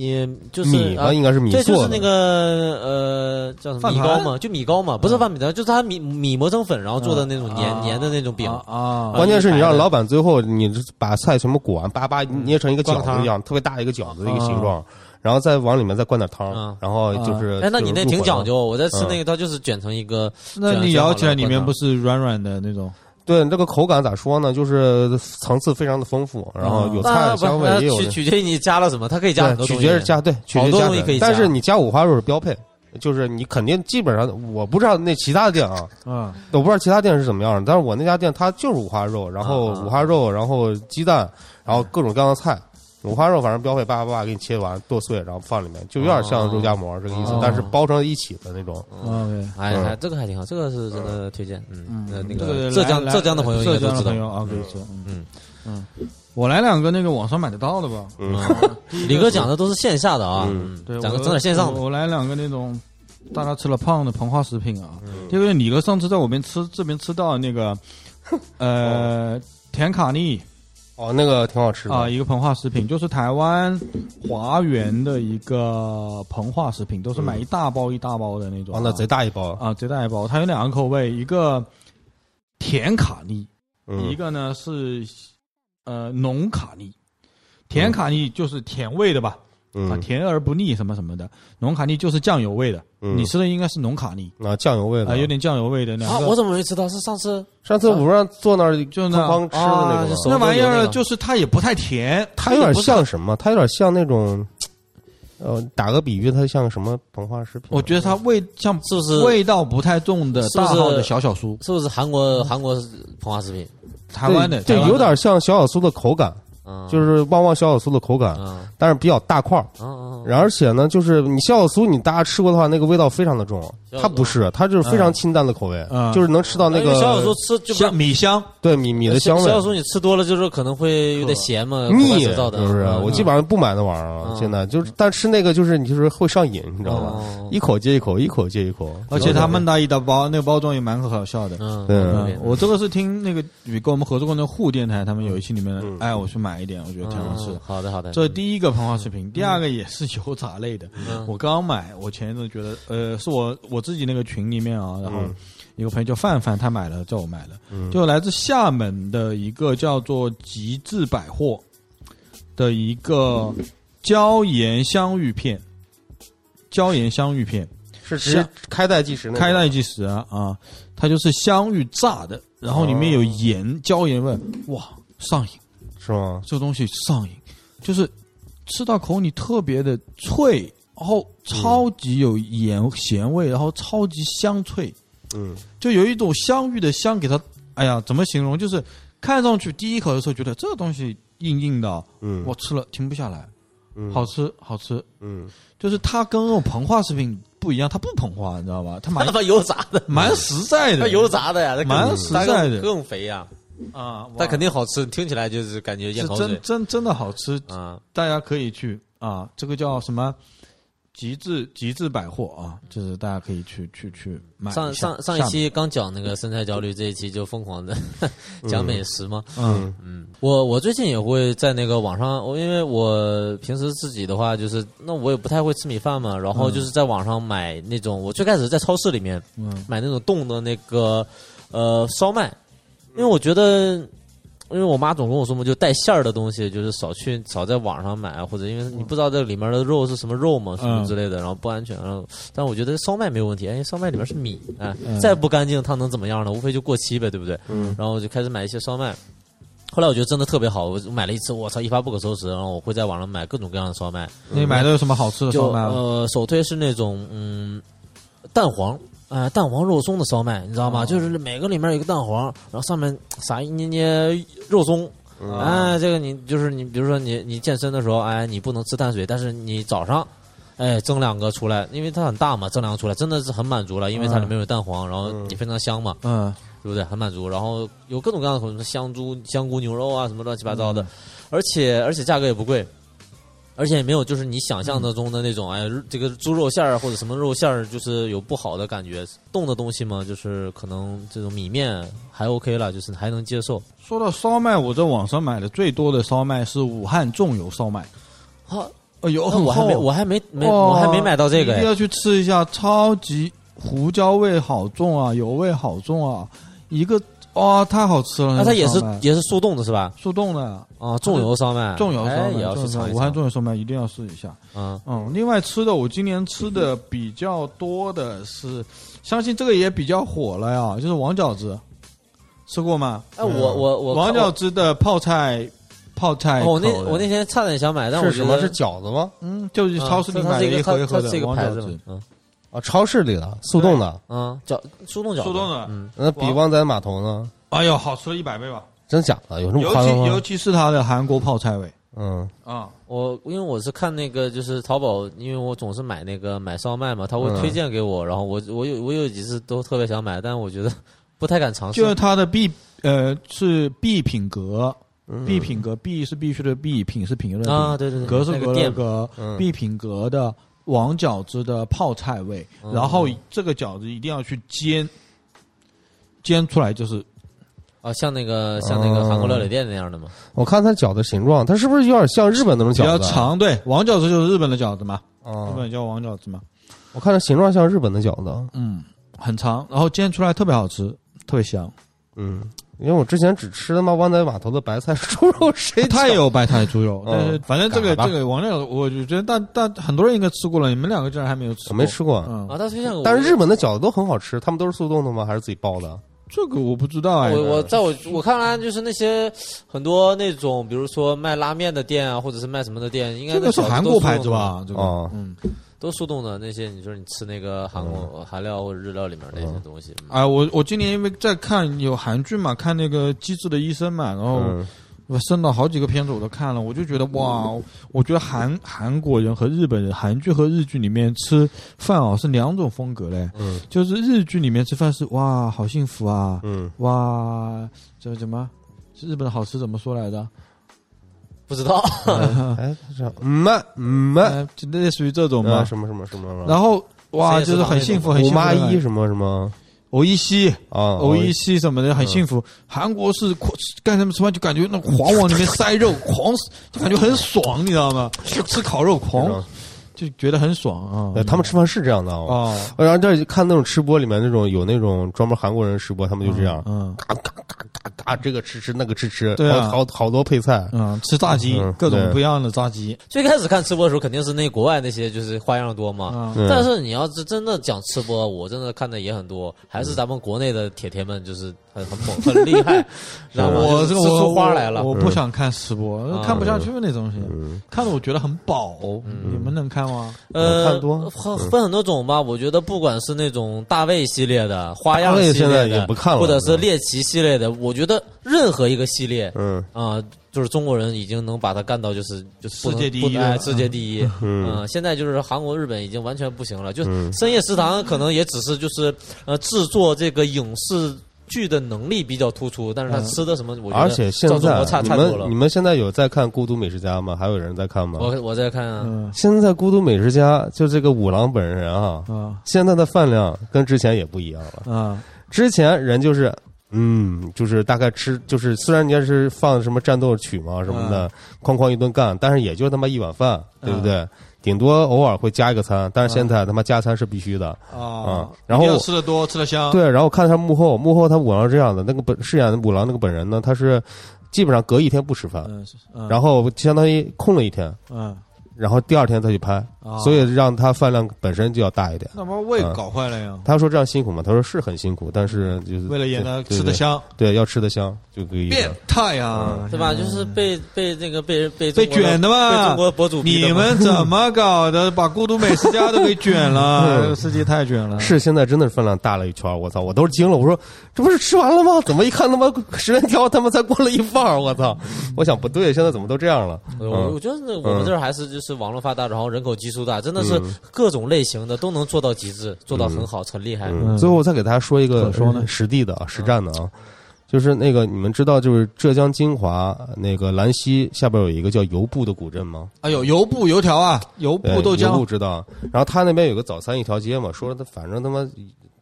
[SPEAKER 4] 就是
[SPEAKER 2] 米
[SPEAKER 4] 啊
[SPEAKER 2] 吧，应该是米
[SPEAKER 4] 对，就
[SPEAKER 2] 做
[SPEAKER 4] 是
[SPEAKER 2] 的
[SPEAKER 4] 那。个呃，叫什么
[SPEAKER 3] 饭
[SPEAKER 4] 米
[SPEAKER 3] 团
[SPEAKER 4] 糕嘛，就米糕嘛，不是饭米团，就是它米米磨成粉，然后做的那种粘
[SPEAKER 3] 啊
[SPEAKER 4] 粘的那种饼。
[SPEAKER 3] 啊
[SPEAKER 2] 关键是你
[SPEAKER 4] 一百
[SPEAKER 2] 让
[SPEAKER 4] 的
[SPEAKER 2] 老板最后你把菜全部裹完，叭叭捏成一个
[SPEAKER 4] 灌
[SPEAKER 2] 饺
[SPEAKER 4] 汤
[SPEAKER 2] 子一样，特别大一个饺子的一个形状，然后再往里面再灌点汤
[SPEAKER 4] 嗯，
[SPEAKER 2] 然后就是。
[SPEAKER 4] 哎，那你
[SPEAKER 2] 就是
[SPEAKER 4] 那
[SPEAKER 2] 入
[SPEAKER 4] 挺
[SPEAKER 2] 魂
[SPEAKER 4] 讲
[SPEAKER 2] 了。
[SPEAKER 4] 究，我在吃
[SPEAKER 2] 嗯
[SPEAKER 4] 那个，它就是卷成一个，
[SPEAKER 3] 那你咬起来里面不是软软的那种？
[SPEAKER 2] 对，这个口感咋说呢？就是层次非常的丰富，然后有菜
[SPEAKER 4] 那
[SPEAKER 2] 的
[SPEAKER 4] 嗯啊不
[SPEAKER 2] 香味
[SPEAKER 4] 那
[SPEAKER 2] 也有
[SPEAKER 4] 取
[SPEAKER 2] 那
[SPEAKER 4] 取决于你加了什么，它可以加很
[SPEAKER 2] 对，
[SPEAKER 4] 多
[SPEAKER 2] 取
[SPEAKER 4] 东西
[SPEAKER 2] 决于。加对，取决于
[SPEAKER 4] 多
[SPEAKER 2] 加
[SPEAKER 4] 东西
[SPEAKER 2] 的
[SPEAKER 4] 可以
[SPEAKER 2] 但
[SPEAKER 4] 加
[SPEAKER 2] 是你加五花肉是标配，就是你肯定基本上我不知道那其他的店啊，
[SPEAKER 3] 嗯
[SPEAKER 2] 我不知道其他店是怎么样的，但是我那家店它就是五花肉，然后
[SPEAKER 4] 啊啊
[SPEAKER 2] 五花肉，然后鸡蛋，然后各种各样的菜。五花肉反正标配，叭叭叭给你切完剁碎，然后放里面，就有点像肉夹馍这个意思
[SPEAKER 3] 哦，
[SPEAKER 2] 但是包成一起的那种。
[SPEAKER 3] ，OK，
[SPEAKER 4] 哎，
[SPEAKER 2] 嗯
[SPEAKER 4] 还这个还挺好，这个是真的推荐。嗯，那那
[SPEAKER 3] 这
[SPEAKER 4] 个
[SPEAKER 3] 个
[SPEAKER 4] 浙江
[SPEAKER 3] 来
[SPEAKER 4] 浙江的朋友应
[SPEAKER 3] 浙
[SPEAKER 4] 该都
[SPEAKER 3] 江的
[SPEAKER 4] 知道
[SPEAKER 3] 朋。友啊，可以说，
[SPEAKER 4] 嗯
[SPEAKER 3] 嗯嗯，我来两个那个网上买得到的吧。
[SPEAKER 2] 嗯，
[SPEAKER 4] 李哥讲的都是线下的啊，
[SPEAKER 2] 嗯
[SPEAKER 3] 对，
[SPEAKER 4] 讲个
[SPEAKER 3] 我
[SPEAKER 4] 整点线上的
[SPEAKER 3] 我我来两个那种大家吃了胖的膨化食品啊。
[SPEAKER 4] 嗯
[SPEAKER 3] 这个李哥上次在我们吃这边吃到的那
[SPEAKER 4] *laughs*
[SPEAKER 3] 个，
[SPEAKER 4] 哦
[SPEAKER 3] 呃，甜卡利
[SPEAKER 2] 哦，那个挺好吃
[SPEAKER 3] 啊，
[SPEAKER 2] 的。
[SPEAKER 3] 一个膨化食品，就是台湾华源的一个膨化食品，都
[SPEAKER 4] 嗯
[SPEAKER 3] 是买一大包一大包的那种
[SPEAKER 2] 哇，
[SPEAKER 3] 啊。
[SPEAKER 4] 哦
[SPEAKER 2] 哦那贼大一包。
[SPEAKER 3] 啊，贼大一包，它有两个口味，一个甜卡利，一
[SPEAKER 2] 嗯，
[SPEAKER 3] 个呢是呃浓卡利。甜卡利就是甜味的吧，啊，
[SPEAKER 2] 嗯，
[SPEAKER 3] 甜而不腻什么什么的。浓卡利就是酱油味的，
[SPEAKER 2] 嗯
[SPEAKER 3] 你吃的应该是浓卡利
[SPEAKER 2] 啊，酱油味
[SPEAKER 3] 啊、
[SPEAKER 2] 的。
[SPEAKER 3] 有点酱油味的两
[SPEAKER 4] 啊，
[SPEAKER 3] 个。
[SPEAKER 4] 我怎么没吃到？是上次
[SPEAKER 2] 上次我不让坐那儿
[SPEAKER 3] 就那
[SPEAKER 2] 哐哐吃的那
[SPEAKER 4] 啊
[SPEAKER 2] 个吗
[SPEAKER 4] 就？手
[SPEAKER 3] 那玩意
[SPEAKER 4] 有那
[SPEAKER 3] 儿
[SPEAKER 4] 个
[SPEAKER 3] 就是它也不太甜，
[SPEAKER 2] 它有点像什么？它有点像那种，呃，打个比喻，它像什么膨化食品？
[SPEAKER 4] 哦
[SPEAKER 3] 我觉得它味像
[SPEAKER 4] 是不是
[SPEAKER 3] 味道不太重的
[SPEAKER 4] 是不
[SPEAKER 3] 大
[SPEAKER 4] 是
[SPEAKER 3] 号的小小酥，
[SPEAKER 4] 是不是韩国韩国膨化食品？
[SPEAKER 3] 台湾的，
[SPEAKER 2] 对，
[SPEAKER 3] 台
[SPEAKER 2] 对
[SPEAKER 3] 湾的
[SPEAKER 2] 有点像小小酥的口感，
[SPEAKER 4] 嗯，
[SPEAKER 2] 就是是旺旺小小酥的口感，
[SPEAKER 4] 嗯
[SPEAKER 2] 但是比较大块儿。
[SPEAKER 4] 嗯嗯嗯，
[SPEAKER 2] 然后而且呢，就是你小小酥，你大家吃过的话，那个味道非常的重。
[SPEAKER 4] 小
[SPEAKER 2] 它不是，它就是非常清淡的口味，
[SPEAKER 3] 嗯
[SPEAKER 2] 就是能吃到那
[SPEAKER 4] 因为
[SPEAKER 2] 个
[SPEAKER 4] 哎小小时候吃就不
[SPEAKER 3] 香米香，
[SPEAKER 2] 对米米的香味
[SPEAKER 4] 小。小时候你吃多了就是可能会有点咸嘛，
[SPEAKER 2] 腻，
[SPEAKER 4] 口感手到的
[SPEAKER 2] 就是
[SPEAKER 3] 啊
[SPEAKER 2] 啊
[SPEAKER 4] 嗯
[SPEAKER 2] 我基本上不买那玩意儿了。
[SPEAKER 4] 嗯
[SPEAKER 2] 现在就是，但吃那个就是你就是会上瘾，你知道吧？
[SPEAKER 4] 哦
[SPEAKER 2] 一口接一口，一口接一口。
[SPEAKER 3] 而且它闷大一大包，那个包装也蛮好笑的。
[SPEAKER 4] 嗯
[SPEAKER 2] 对
[SPEAKER 3] 嗯，我这个是听那个与跟我们合作过的沪电台，他们有一期里面的
[SPEAKER 2] 嗯，
[SPEAKER 3] 哎，我去买一点，我觉得挺好吃
[SPEAKER 4] 嗯。好的好的， *laughs*
[SPEAKER 3] 这是第一个膨化食品，第二个也是油炸类的。
[SPEAKER 4] 嗯
[SPEAKER 3] 我刚买，我前一阵觉得，呃，是我我自己那个群里面啊，然后
[SPEAKER 2] 嗯
[SPEAKER 3] 一个朋友叫范范，他买了，叫我买了，
[SPEAKER 4] 嗯
[SPEAKER 3] 就来自厦门的一个叫做极致百货的一个椒盐香芋片，椒盐香芋片，
[SPEAKER 2] 是直接开袋即食那种，
[SPEAKER 3] 开袋即食啊啊，它就是香芋炸的，然后里面有盐椒盐味，哇，上瘾。
[SPEAKER 2] 是吗？
[SPEAKER 3] 这个东西上瘾，就是吃到口里特别的脆，然后超级有盐咸味，然后超级香脆，
[SPEAKER 2] 嗯，
[SPEAKER 3] 就有一种香芋的香，给它，哎呀，怎么形容？就是看上去第一口的时候觉得这个东西硬硬的，
[SPEAKER 2] 嗯，
[SPEAKER 3] 我吃了停不下来，
[SPEAKER 2] 嗯
[SPEAKER 3] 好吃好吃。
[SPEAKER 2] 嗯，
[SPEAKER 3] 就是它跟那种膨化食品不一样，它不膨化，你知道吧？它
[SPEAKER 2] *laughs*
[SPEAKER 3] 蛮
[SPEAKER 4] 他妈油炸的， *laughs*
[SPEAKER 3] 蛮实在
[SPEAKER 4] 他
[SPEAKER 3] 的，
[SPEAKER 4] 油炸的呀，它更
[SPEAKER 3] 蛮实在的
[SPEAKER 4] 它更肥呀，
[SPEAKER 3] 啊，哇
[SPEAKER 4] 但肯定好吃，听起来就是感觉
[SPEAKER 3] 是
[SPEAKER 4] 咽口
[SPEAKER 3] 真
[SPEAKER 4] 水
[SPEAKER 3] 真真的好吃，
[SPEAKER 4] 啊。
[SPEAKER 3] 大家可以去啊，这个叫什么？极致极致百货啊，就是大家可以去去去买一啊下。
[SPEAKER 4] 上上上一
[SPEAKER 3] 下面，
[SPEAKER 4] 期刚讲那个身材焦虑，这一期就疯狂 *laughs* 的讲美食嘛。
[SPEAKER 3] 嗯
[SPEAKER 4] 我我最近也会在那个网上，我因为我平时自己的话就是，那我也不太会吃米饭嘛，然后就是在网上买那种，我最开始在超市里面
[SPEAKER 3] 嗯
[SPEAKER 4] 买那种冻的那个呃烧麦，因为我觉得，因为我妈总跟我说嘛，就带馅儿的东西就是少去少在网上买，啊或者因为你不知道这里面的肉是什么肉嘛，什么之类的，然后不安全。然后，但我觉得烧麦没有问题，哎，烧麦里面是米，哎，
[SPEAKER 3] 嗯
[SPEAKER 4] 再不干净它能怎么样呢？无非就过期呗，对不对？嗯。然后我就开始买一些烧麦。后来我觉得真的特别好，我买了一次，我操，一发不可收拾。然后我会在网上买各种各样的烧麦，
[SPEAKER 3] 那你买的有什么好吃的
[SPEAKER 4] 就
[SPEAKER 3] 烧麦吗？
[SPEAKER 4] 呃，首推是那种嗯，蛋黄，哎、蛋黄肉松的烧麦，你知道
[SPEAKER 3] 哦
[SPEAKER 4] 吗？就是每个里面有一个蛋黄，然后上面撒一捏捏肉松。
[SPEAKER 3] 哦
[SPEAKER 4] 哎，这个你就是你，比如说你你健身的时候，哎，你不能吃碳水，但是你早上，哎，蒸两个出来，因为它很大嘛，蒸两个出来真的是很满足了，因为它里面有蛋黄，然后也非常香嘛，
[SPEAKER 3] 嗯，
[SPEAKER 4] 对不对？很满足，然后有各种各样的口味，什么香猪、香菇牛肉啊，什么乱七八糟的，
[SPEAKER 3] 嗯
[SPEAKER 4] 而且而且价格也不贵，而且也没有就是你想象的中的那种，哎，这个猪肉馅儿或者什么肉馅儿，就是有不好的感觉。冻的东西嘛，就是可能这种米面还 OK 了，就是还能接受。
[SPEAKER 3] 说到烧麦，我在网上买的最多的烧麦是武汉重油烧麦，
[SPEAKER 4] 好，
[SPEAKER 3] 哎呦，
[SPEAKER 4] 那
[SPEAKER 3] 很
[SPEAKER 4] 我还没
[SPEAKER 3] 厚
[SPEAKER 4] 我还没没
[SPEAKER 3] 哇
[SPEAKER 4] 我还没买到这个
[SPEAKER 3] 一定
[SPEAKER 4] 哎，
[SPEAKER 3] 要去吃一下，超级胡椒味好重啊，油味好重啊，一个哇、太好吃了。
[SPEAKER 4] 那它
[SPEAKER 3] 个
[SPEAKER 4] 也是
[SPEAKER 3] 烧麦
[SPEAKER 4] 也是速冻的是吧？
[SPEAKER 3] 速冻的
[SPEAKER 4] 啊，重油烧麦，
[SPEAKER 3] 重油烧
[SPEAKER 4] 哎
[SPEAKER 3] 麦，
[SPEAKER 4] 也要
[SPEAKER 3] 重
[SPEAKER 4] 去
[SPEAKER 3] 油烧
[SPEAKER 4] 尝
[SPEAKER 3] 麦
[SPEAKER 4] 一
[SPEAKER 3] 武汉
[SPEAKER 4] 尝。
[SPEAKER 3] 重油烧麦一定要试一下。
[SPEAKER 4] 嗯，
[SPEAKER 3] 嗯，另外吃的我今年吃的比较多的是，相信这个也比较火了呀，就是王饺子，吃过吗？
[SPEAKER 4] 哎，我我我
[SPEAKER 3] 王饺
[SPEAKER 4] 我
[SPEAKER 3] 子的泡菜泡菜
[SPEAKER 4] 哦我那
[SPEAKER 3] 口的
[SPEAKER 4] 我那天差点想买，但我
[SPEAKER 2] 是
[SPEAKER 4] 觉
[SPEAKER 2] 什么？
[SPEAKER 4] 得
[SPEAKER 2] 是饺子吗？
[SPEAKER 3] 嗯，就是
[SPEAKER 4] 嗯
[SPEAKER 3] 超市里
[SPEAKER 4] 它它
[SPEAKER 3] 买
[SPEAKER 4] 是
[SPEAKER 3] 的
[SPEAKER 4] 一个
[SPEAKER 3] 盒一
[SPEAKER 4] 它
[SPEAKER 3] 盒
[SPEAKER 4] 它
[SPEAKER 3] 的
[SPEAKER 4] 是一个
[SPEAKER 3] 王
[SPEAKER 4] 牌
[SPEAKER 3] 饺
[SPEAKER 4] 子嘛
[SPEAKER 3] 子，，
[SPEAKER 4] 嗯
[SPEAKER 2] 啊，超市里的速冻的，
[SPEAKER 4] 嗯，饺速冻饺子，
[SPEAKER 3] 速冻的
[SPEAKER 4] 嗯，
[SPEAKER 2] 那比旺仔码头呢？
[SPEAKER 3] 哎呦，好吃了一百倍吧！
[SPEAKER 2] 真假的？有这么
[SPEAKER 3] 尤
[SPEAKER 2] 夸张
[SPEAKER 3] 其尤
[SPEAKER 2] 吗？
[SPEAKER 3] 其是它的韩国泡菜味
[SPEAKER 2] 嗯，
[SPEAKER 3] 啊，
[SPEAKER 4] 我因为我是看那个就是淘宝，因为我总是买那个买烧麦嘛，他会
[SPEAKER 2] 嗯
[SPEAKER 4] 推荐给我，然后我我有我有几次都特别想买，但我觉得 *laughs* 不太敢尝试
[SPEAKER 3] 就是。它的必呃是必品格，必品格，必是必须的必，品是品味的品
[SPEAKER 4] 嗯啊，对对对，
[SPEAKER 3] 格是
[SPEAKER 4] 那
[SPEAKER 3] 格
[SPEAKER 4] 个
[SPEAKER 3] 的
[SPEAKER 4] 店嗯
[SPEAKER 3] 格，必品格的王饺子的泡菜味，
[SPEAKER 4] 嗯
[SPEAKER 3] 然后这个饺子一定要去煎，煎出来就是
[SPEAKER 4] 啊，像那个像那个
[SPEAKER 3] 嗯
[SPEAKER 4] 韩国料理店那样的嘛，
[SPEAKER 2] 我看它饺子形状，它是不是有点像日本那种
[SPEAKER 3] 比
[SPEAKER 2] 饺
[SPEAKER 3] 较
[SPEAKER 4] 啊
[SPEAKER 2] 子？
[SPEAKER 3] 长。对，王饺子就是日本的饺子嘛，
[SPEAKER 2] 啊
[SPEAKER 3] 日，本叫王饺子嘛，
[SPEAKER 2] 我看它形状像日本的饺子。
[SPEAKER 3] 嗯，很长，然后煎出来特别好吃，特别香。
[SPEAKER 2] 嗯，因为我之前只吃他妈旺仔码头的白菜 *laughs* 猪肉
[SPEAKER 4] 哎
[SPEAKER 2] 谁饺
[SPEAKER 3] 它也有白菜猪肉，
[SPEAKER 2] 嗯
[SPEAKER 3] 但
[SPEAKER 4] 哦
[SPEAKER 3] 是反正这个
[SPEAKER 2] 嘎巴
[SPEAKER 3] 这个王饺子，我就觉得但但很多人应该吃过了，你们两个竟然还没有吃过，
[SPEAKER 2] 我没吃过。
[SPEAKER 3] 嗯
[SPEAKER 4] 啊，，他推荐给我，
[SPEAKER 2] 但是日本的饺子都很好吃，他们都是速冻的吗？还是自己包的？
[SPEAKER 3] 这个我不知道哎，
[SPEAKER 4] 我我在我我看来就是那些很多那种，比如说卖拉面的店啊，或者是卖什么的店，应该
[SPEAKER 3] 这个是
[SPEAKER 4] 那饺子
[SPEAKER 3] 韩
[SPEAKER 4] 都
[SPEAKER 3] 国
[SPEAKER 4] 速冻
[SPEAKER 3] 牌子
[SPEAKER 4] 的？
[SPEAKER 3] 吧？这个
[SPEAKER 2] 哦
[SPEAKER 3] 嗯，
[SPEAKER 4] 都速冻的那些，你说你吃那个韩
[SPEAKER 2] 嗯
[SPEAKER 4] 国韩料或者日料里面那些东西，嗯
[SPEAKER 3] 啊，我我今年因为在看有韩剧嘛，看那个《机智的医生》嘛，然后
[SPEAKER 2] 嗯，
[SPEAKER 3] *laughs* 我升到好几个片子我都看了，我就觉得哇，我觉得韩韩国人和日本人，韩剧和日剧里面吃饭哦是两种风格嘞，
[SPEAKER 2] 嗯
[SPEAKER 3] 就是日剧里面吃饭是哇好幸福啊，
[SPEAKER 2] 嗯，
[SPEAKER 3] 哇这怎么日本的好吃怎么说来着？
[SPEAKER 4] 不知道。 *laughs*
[SPEAKER 2] 哎，这样，嗯嘛嗯嘛，
[SPEAKER 3] 呃，就类似于这种
[SPEAKER 2] 啊
[SPEAKER 3] 嘛。
[SPEAKER 2] 什么什么什么什么，
[SPEAKER 3] 然后哇，
[SPEAKER 4] 谁也知
[SPEAKER 3] 就
[SPEAKER 4] 道
[SPEAKER 3] 是很幸福，很
[SPEAKER 2] 五
[SPEAKER 3] 幸福
[SPEAKER 2] 妈
[SPEAKER 3] 的感
[SPEAKER 2] 一
[SPEAKER 3] 觉。
[SPEAKER 2] 什么什么
[SPEAKER 3] 欧一西，
[SPEAKER 2] 啊，嗯
[SPEAKER 3] 欧哦一西 E 什么的，很幸福。韩国是狂干什么吃饭就感觉那狂往里面塞肉，狂就感觉很爽，你知道吗？就吃烤肉狂
[SPEAKER 2] 哦
[SPEAKER 3] 就觉得很爽
[SPEAKER 2] 对
[SPEAKER 3] 啊。
[SPEAKER 2] 他们吃饭是这样的啊。
[SPEAKER 3] 哦，
[SPEAKER 2] 然后这看那种吃播里面那种有那种专门韩国人吃播，他们就这样，
[SPEAKER 3] 嗯
[SPEAKER 2] 嘎嘎嘎嘎嘎，这个吃吃那个吃吃，
[SPEAKER 3] 对啊
[SPEAKER 2] 好好好多配菜，
[SPEAKER 3] 嗯，吃炸鸡
[SPEAKER 2] 嗯，
[SPEAKER 3] 各种
[SPEAKER 2] 对
[SPEAKER 3] 不一样的炸鸡。
[SPEAKER 4] 最开始看吃播的时候，肯定是那国外那些就是花样多嘛。
[SPEAKER 2] 嗯
[SPEAKER 3] 嗯，
[SPEAKER 4] 但是你要是真的讲吃播，我真的看的也很多，还
[SPEAKER 2] 嗯
[SPEAKER 4] 是咱们国内的铁铁们就是很很猛 *laughs* 很厉
[SPEAKER 2] *laughs*
[SPEAKER 4] 害，然后
[SPEAKER 3] 我这
[SPEAKER 4] 就是
[SPEAKER 3] 个
[SPEAKER 4] 吃
[SPEAKER 3] 我
[SPEAKER 4] 出花来了
[SPEAKER 3] 我。我不想看吃播，
[SPEAKER 4] 嗯
[SPEAKER 3] 看不下去那东西，
[SPEAKER 2] 嗯
[SPEAKER 3] 看的我觉得很饱。
[SPEAKER 4] 嗯
[SPEAKER 3] 你们能看吗？
[SPEAKER 4] 呃，
[SPEAKER 2] 看多嗯
[SPEAKER 4] 很分很多种吧。我觉得不管是那种大卫系列的、花样
[SPEAKER 2] 大卫
[SPEAKER 4] 系列
[SPEAKER 2] 现在
[SPEAKER 4] 的，
[SPEAKER 2] 也不看了
[SPEAKER 4] 或者是猎奇系列的，我觉得任何一个系列
[SPEAKER 2] 嗯
[SPEAKER 4] 啊、就是中国人已经能把它干到就是就是不能
[SPEAKER 3] 世界第一
[SPEAKER 4] 不
[SPEAKER 3] 了
[SPEAKER 4] 哎
[SPEAKER 3] 嗯
[SPEAKER 4] 世界第一。
[SPEAKER 2] 嗯
[SPEAKER 4] *laughs* 嗯，现在就是韩国、日本已经完全不行了，就是
[SPEAKER 2] 嗯
[SPEAKER 4] 深夜食堂可能也只是就是呃制作这个影视剧的能力比较突出，但是他
[SPEAKER 3] 嗯
[SPEAKER 4] 吃的什么，我觉得
[SPEAKER 2] 而且现
[SPEAKER 4] 照中
[SPEAKER 2] 在
[SPEAKER 4] 国差
[SPEAKER 2] 你
[SPEAKER 4] 差多了
[SPEAKER 2] 们你。们现在有在看《孤独美食家》吗？还有人在看吗？
[SPEAKER 4] 我我在看啊，
[SPEAKER 3] 嗯
[SPEAKER 2] 现在《孤独美食家》就这个五郎本人啊，
[SPEAKER 3] 啊
[SPEAKER 2] 现在的饭量跟之前也不一样了。
[SPEAKER 3] 啊
[SPEAKER 2] 之前人就是，嗯，就是大概吃，就是虽然你要是放什么战斗曲嘛什么
[SPEAKER 3] 嗯
[SPEAKER 2] 的，哐哐一顿干，但是也就他妈一碗饭，对不对？顶多偶尔会加一个餐，但是现在他妈加餐是必须的。
[SPEAKER 3] 啊！
[SPEAKER 2] 然后
[SPEAKER 3] 一定要吃的多，吃的香。
[SPEAKER 2] 对，然后看他幕后，幕后他五郎是这样的，那个本饰演的五郎那个本人呢，他是基本上隔一天不吃饭，
[SPEAKER 3] 嗯，嗯，
[SPEAKER 2] 然后相当于空了一天，
[SPEAKER 3] 嗯，
[SPEAKER 2] 然后第二天再去拍，
[SPEAKER 3] 啊
[SPEAKER 2] 所以嗯让他饭量本身就要大一点。
[SPEAKER 3] 那把胃搞坏了呀。
[SPEAKER 2] 他说这样辛苦吗？他说是很辛苦，但是就是
[SPEAKER 3] 为了演他
[SPEAKER 2] 对嗯
[SPEAKER 3] 吃得，香，
[SPEAKER 2] 对对，要吃得香就可以。
[SPEAKER 3] 变态啊，
[SPEAKER 4] 对吧？就是被被那个被被
[SPEAKER 3] 被
[SPEAKER 4] 中国
[SPEAKER 3] 卷的
[SPEAKER 4] 被中
[SPEAKER 3] 嘛。
[SPEAKER 4] 国博主逼的
[SPEAKER 3] 你
[SPEAKER 4] 嘛
[SPEAKER 3] 们怎么搞的？把孤独美食家都给卷
[SPEAKER 2] *laughs*
[SPEAKER 3] 了，这个世界太卷了。
[SPEAKER 2] 是现在真的是饭量大了一圈儿，我操！我都是惊了，我说这不是吃完了吗？怎么一看他妈 *laughs* 十连条，他妈才过了一半儿，我操！
[SPEAKER 3] 嗯
[SPEAKER 2] 我想不对，现在怎么都这样了？
[SPEAKER 4] 我我
[SPEAKER 2] 嗯嗯
[SPEAKER 4] 觉得那我们这儿还是就是网络发达，然后人口基数大，真的是各种类型的都能做到极致，做到很好，很厉害。
[SPEAKER 2] 嗯，最后我再给大家说一个
[SPEAKER 3] 哎怎么说呢嗯
[SPEAKER 2] 实地的啊，实战的啊，就是那个你们知道，就是浙江金华那个兰溪下边有一个叫油布的古镇吗？
[SPEAKER 3] 哎呦，油布油条啊，油
[SPEAKER 2] 对
[SPEAKER 3] 布豆
[SPEAKER 2] 油布
[SPEAKER 3] 浆，
[SPEAKER 2] 知道。然后他那边有个早餐一条街嘛，说他反正他妈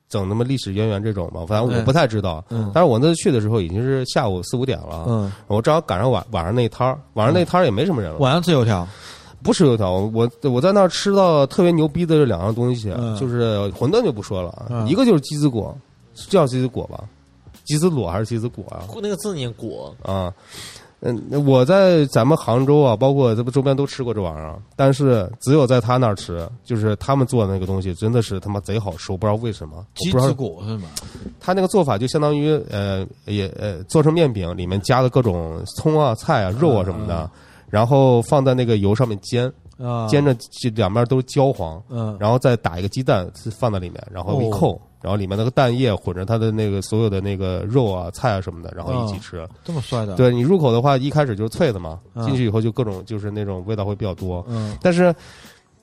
[SPEAKER 2] 整他妈历史渊源这种嘛，反正我
[SPEAKER 3] 嗯
[SPEAKER 2] 不太知道。
[SPEAKER 3] 嗯
[SPEAKER 2] 但是我那次去的时候已经是下午四五点了，啊
[SPEAKER 3] 嗯，
[SPEAKER 2] 我正好赶上晚晚上那摊儿，晚上那摊儿也没什么人了。
[SPEAKER 3] 晚上吃油条，
[SPEAKER 2] 不吃油条，我我在那儿吃到特别牛逼的这两样东西，
[SPEAKER 3] 嗯
[SPEAKER 2] 就是馄饨就不说了啊，
[SPEAKER 3] 嗯
[SPEAKER 2] 一个就是鸡子果，是叫鸡子果吧？鸡子裸还是鸡子果啊？
[SPEAKER 4] 那个字念果，
[SPEAKER 2] 啊，嗯，我在咱们杭州啊，包括这不周边都吃过这玩意儿，啊但是只有在他那儿吃，就是他们做的那个东西真的是他妈贼好吃，我不知道为什么，我
[SPEAKER 3] 鸡
[SPEAKER 2] 不知
[SPEAKER 3] 子
[SPEAKER 2] 道
[SPEAKER 3] 果是吗？
[SPEAKER 2] 他那个做法就相当于呃也呃做成面饼，里面加的各种葱啊、菜啊、肉啊什么的，然后放在那个油上面煎，
[SPEAKER 3] 嗯啊，
[SPEAKER 2] 煎着这两边都是焦黄，
[SPEAKER 3] 嗯，
[SPEAKER 2] 然后再打一个鸡蛋放在里面，然
[SPEAKER 3] 哦
[SPEAKER 2] 后一扣，然后里面那个蛋液混着它的那个所有的那个肉啊、菜啊什么的，然后一起吃。
[SPEAKER 3] 这么帅的，，
[SPEAKER 2] 对你入口的话，一开始就是脆的嘛，
[SPEAKER 3] 嗯
[SPEAKER 2] 进去以后就各种就是那种味道会比较多。
[SPEAKER 3] 嗯，
[SPEAKER 2] 但是，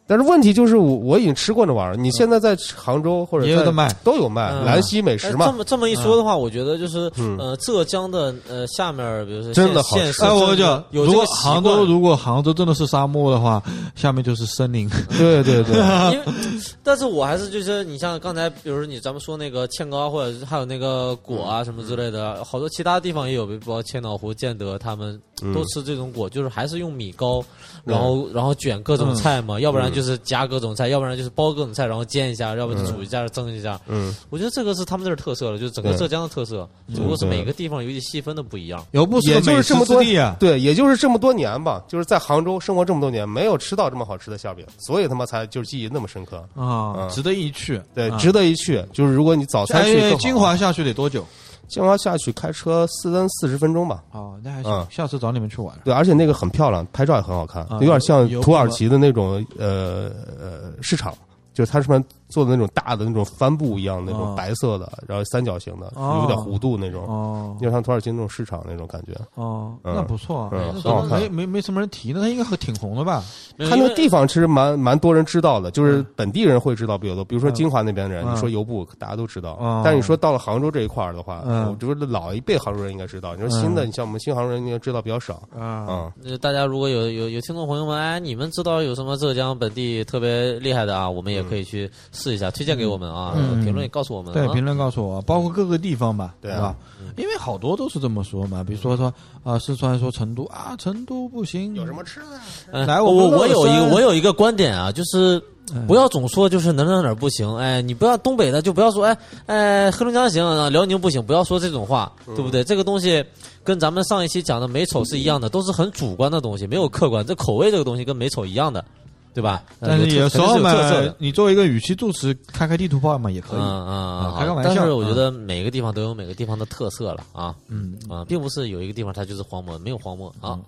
[SPEAKER 2] 但是问题就是我我已经吃过那玩意儿，你现在在杭州或者
[SPEAKER 3] 嗯也有
[SPEAKER 2] 在
[SPEAKER 3] 的卖，
[SPEAKER 2] 都有卖，
[SPEAKER 4] 嗯
[SPEAKER 2] 兰溪美
[SPEAKER 4] 哎
[SPEAKER 2] 食
[SPEAKER 4] 这
[SPEAKER 2] 嘛，
[SPEAKER 4] 么这么一说的话，我觉得就是
[SPEAKER 2] 嗯
[SPEAKER 4] 呃，浙江的呃下面儿，比如说
[SPEAKER 2] 真
[SPEAKER 4] 县
[SPEAKER 2] 的好吃
[SPEAKER 4] 县市
[SPEAKER 3] 哎，我
[SPEAKER 4] 真的
[SPEAKER 3] 讲，
[SPEAKER 4] 有
[SPEAKER 3] 如
[SPEAKER 4] 这
[SPEAKER 3] 果
[SPEAKER 4] 个习
[SPEAKER 3] 杭
[SPEAKER 4] 惯
[SPEAKER 3] 州，如果杭州真的是沙漠的话，下面就是森林。
[SPEAKER 2] *laughs* 对对对，
[SPEAKER 3] *laughs*
[SPEAKER 4] 因为，但是我还是就是你像刚才，比如说你咱们说那个堑沟啊，或者是还有那个果
[SPEAKER 2] 嗯
[SPEAKER 4] 啊什么之类的，好多其他地方也有，比如说千岛湖、建德他们
[SPEAKER 2] 嗯
[SPEAKER 4] 都吃这种果，就是还是用米糕，
[SPEAKER 2] 对
[SPEAKER 4] 然后然后卷各
[SPEAKER 3] 嗯
[SPEAKER 4] 种菜嘛，要不然
[SPEAKER 2] 嗯
[SPEAKER 4] 就是夹各种菜，要不然就是包各种菜，然后煎一下，要不然就煮一下蒸一下。
[SPEAKER 2] 嗯，
[SPEAKER 4] 我觉得这个是他们这儿特色了，就是整个
[SPEAKER 2] 对
[SPEAKER 4] 浙江的特色，只不过是
[SPEAKER 2] 对
[SPEAKER 4] 每个地方有点细分的不一样。
[SPEAKER 3] 有不
[SPEAKER 2] 也
[SPEAKER 3] 个
[SPEAKER 2] 就
[SPEAKER 3] 美
[SPEAKER 2] 是
[SPEAKER 3] 食
[SPEAKER 2] 这么
[SPEAKER 3] 之
[SPEAKER 2] 多
[SPEAKER 3] 地啊，
[SPEAKER 2] 对，也就是这么多年吧，就是在杭州生活这么多年，没有吃到这么好吃的馅饼，所以他妈才就是记忆那么深刻。
[SPEAKER 3] 啊，
[SPEAKER 2] 嗯
[SPEAKER 3] 值得一去。
[SPEAKER 2] 对，
[SPEAKER 3] 啊
[SPEAKER 2] 值得一去。就是如果你早餐
[SPEAKER 3] 哎
[SPEAKER 2] 去更好，
[SPEAKER 3] 金华下去得多久？
[SPEAKER 2] 金华下去开车四三四十分钟吧。
[SPEAKER 3] 哦，那还
[SPEAKER 2] 嗯
[SPEAKER 3] 行，下次找你们去玩。
[SPEAKER 2] 对，而且那个很漂亮，拍照也很好看，
[SPEAKER 3] 啊
[SPEAKER 2] 有点像
[SPEAKER 3] 有有
[SPEAKER 2] 土耳其的那种呃呃市场，就是它上面做的那种大的那种帆布一样那种
[SPEAKER 3] 啊
[SPEAKER 2] 白色的，然后三角形的，
[SPEAKER 3] 哦
[SPEAKER 2] 有点弧度那种，
[SPEAKER 3] 哦
[SPEAKER 2] 有点像土耳其那种市场那种感觉。
[SPEAKER 3] 哦，
[SPEAKER 2] 嗯
[SPEAKER 3] 那不错啊，
[SPEAKER 2] 嗯
[SPEAKER 3] 那
[SPEAKER 2] 很好看
[SPEAKER 3] 没没没什么人提呢，那他应该很挺红的吧？
[SPEAKER 2] 它那个地方其实蛮蛮多人知道的，就是本地人会知道比较多。比如说金华那边人，
[SPEAKER 3] 嗯
[SPEAKER 2] 你说油布大家都知道，
[SPEAKER 3] 哦
[SPEAKER 2] 但是你说到了杭州这一块儿的话，
[SPEAKER 3] 嗯
[SPEAKER 2] 我觉得老一辈杭州人应该知道。你说新的，你像我们新杭州人应该知道比较少。
[SPEAKER 3] 啊，
[SPEAKER 2] 嗯，
[SPEAKER 4] 呃，大家如果有有有听众朋友们，哎，你们知道有什么浙江本地特别厉害的啊？我们也可以去试一下，推荐给我们啊，
[SPEAKER 3] 嗯
[SPEAKER 4] 评论也告诉我们
[SPEAKER 3] 对，
[SPEAKER 4] 啊。
[SPEAKER 3] 评论告诉我，包括各个地方吧，
[SPEAKER 2] 对
[SPEAKER 3] 对
[SPEAKER 2] 啊
[SPEAKER 3] 吧？因为好多都是这么说嘛，比如说说啊，四川说成都啊，成都不行，
[SPEAKER 2] 有什么吃的？
[SPEAKER 4] 哎
[SPEAKER 3] 来
[SPEAKER 4] 我
[SPEAKER 3] 我们乐
[SPEAKER 4] 我有一
[SPEAKER 3] 山
[SPEAKER 4] 个我有一个观点啊，就是
[SPEAKER 3] 嗯
[SPEAKER 4] 不要总说就是哪哪哪儿不行，哎，你不要东北的就不要说哎哎黑龙江行，啊辽宁不行，不要说这种话，
[SPEAKER 3] 嗯
[SPEAKER 4] 对不对？这个东西跟咱们上一期讲的美丑是一样的，都是很主观的东西，没有客观。这口味这个东西跟美丑一样的，对吧？呃
[SPEAKER 3] 但是
[SPEAKER 4] 有
[SPEAKER 3] 有时
[SPEAKER 4] 特肯
[SPEAKER 3] 候
[SPEAKER 4] 定
[SPEAKER 3] 嘛
[SPEAKER 4] 是有特色的。，
[SPEAKER 3] 你作为一个语气助词，开开地图炮嘛也可以。啊
[SPEAKER 4] 嗯嗯，
[SPEAKER 3] 开个玩
[SPEAKER 4] 但
[SPEAKER 3] 笑
[SPEAKER 4] 是我觉得每个地方都有每个地方的特色了啊，嗯啊，并不是有一个地方它就是荒漠，没有荒漠啊，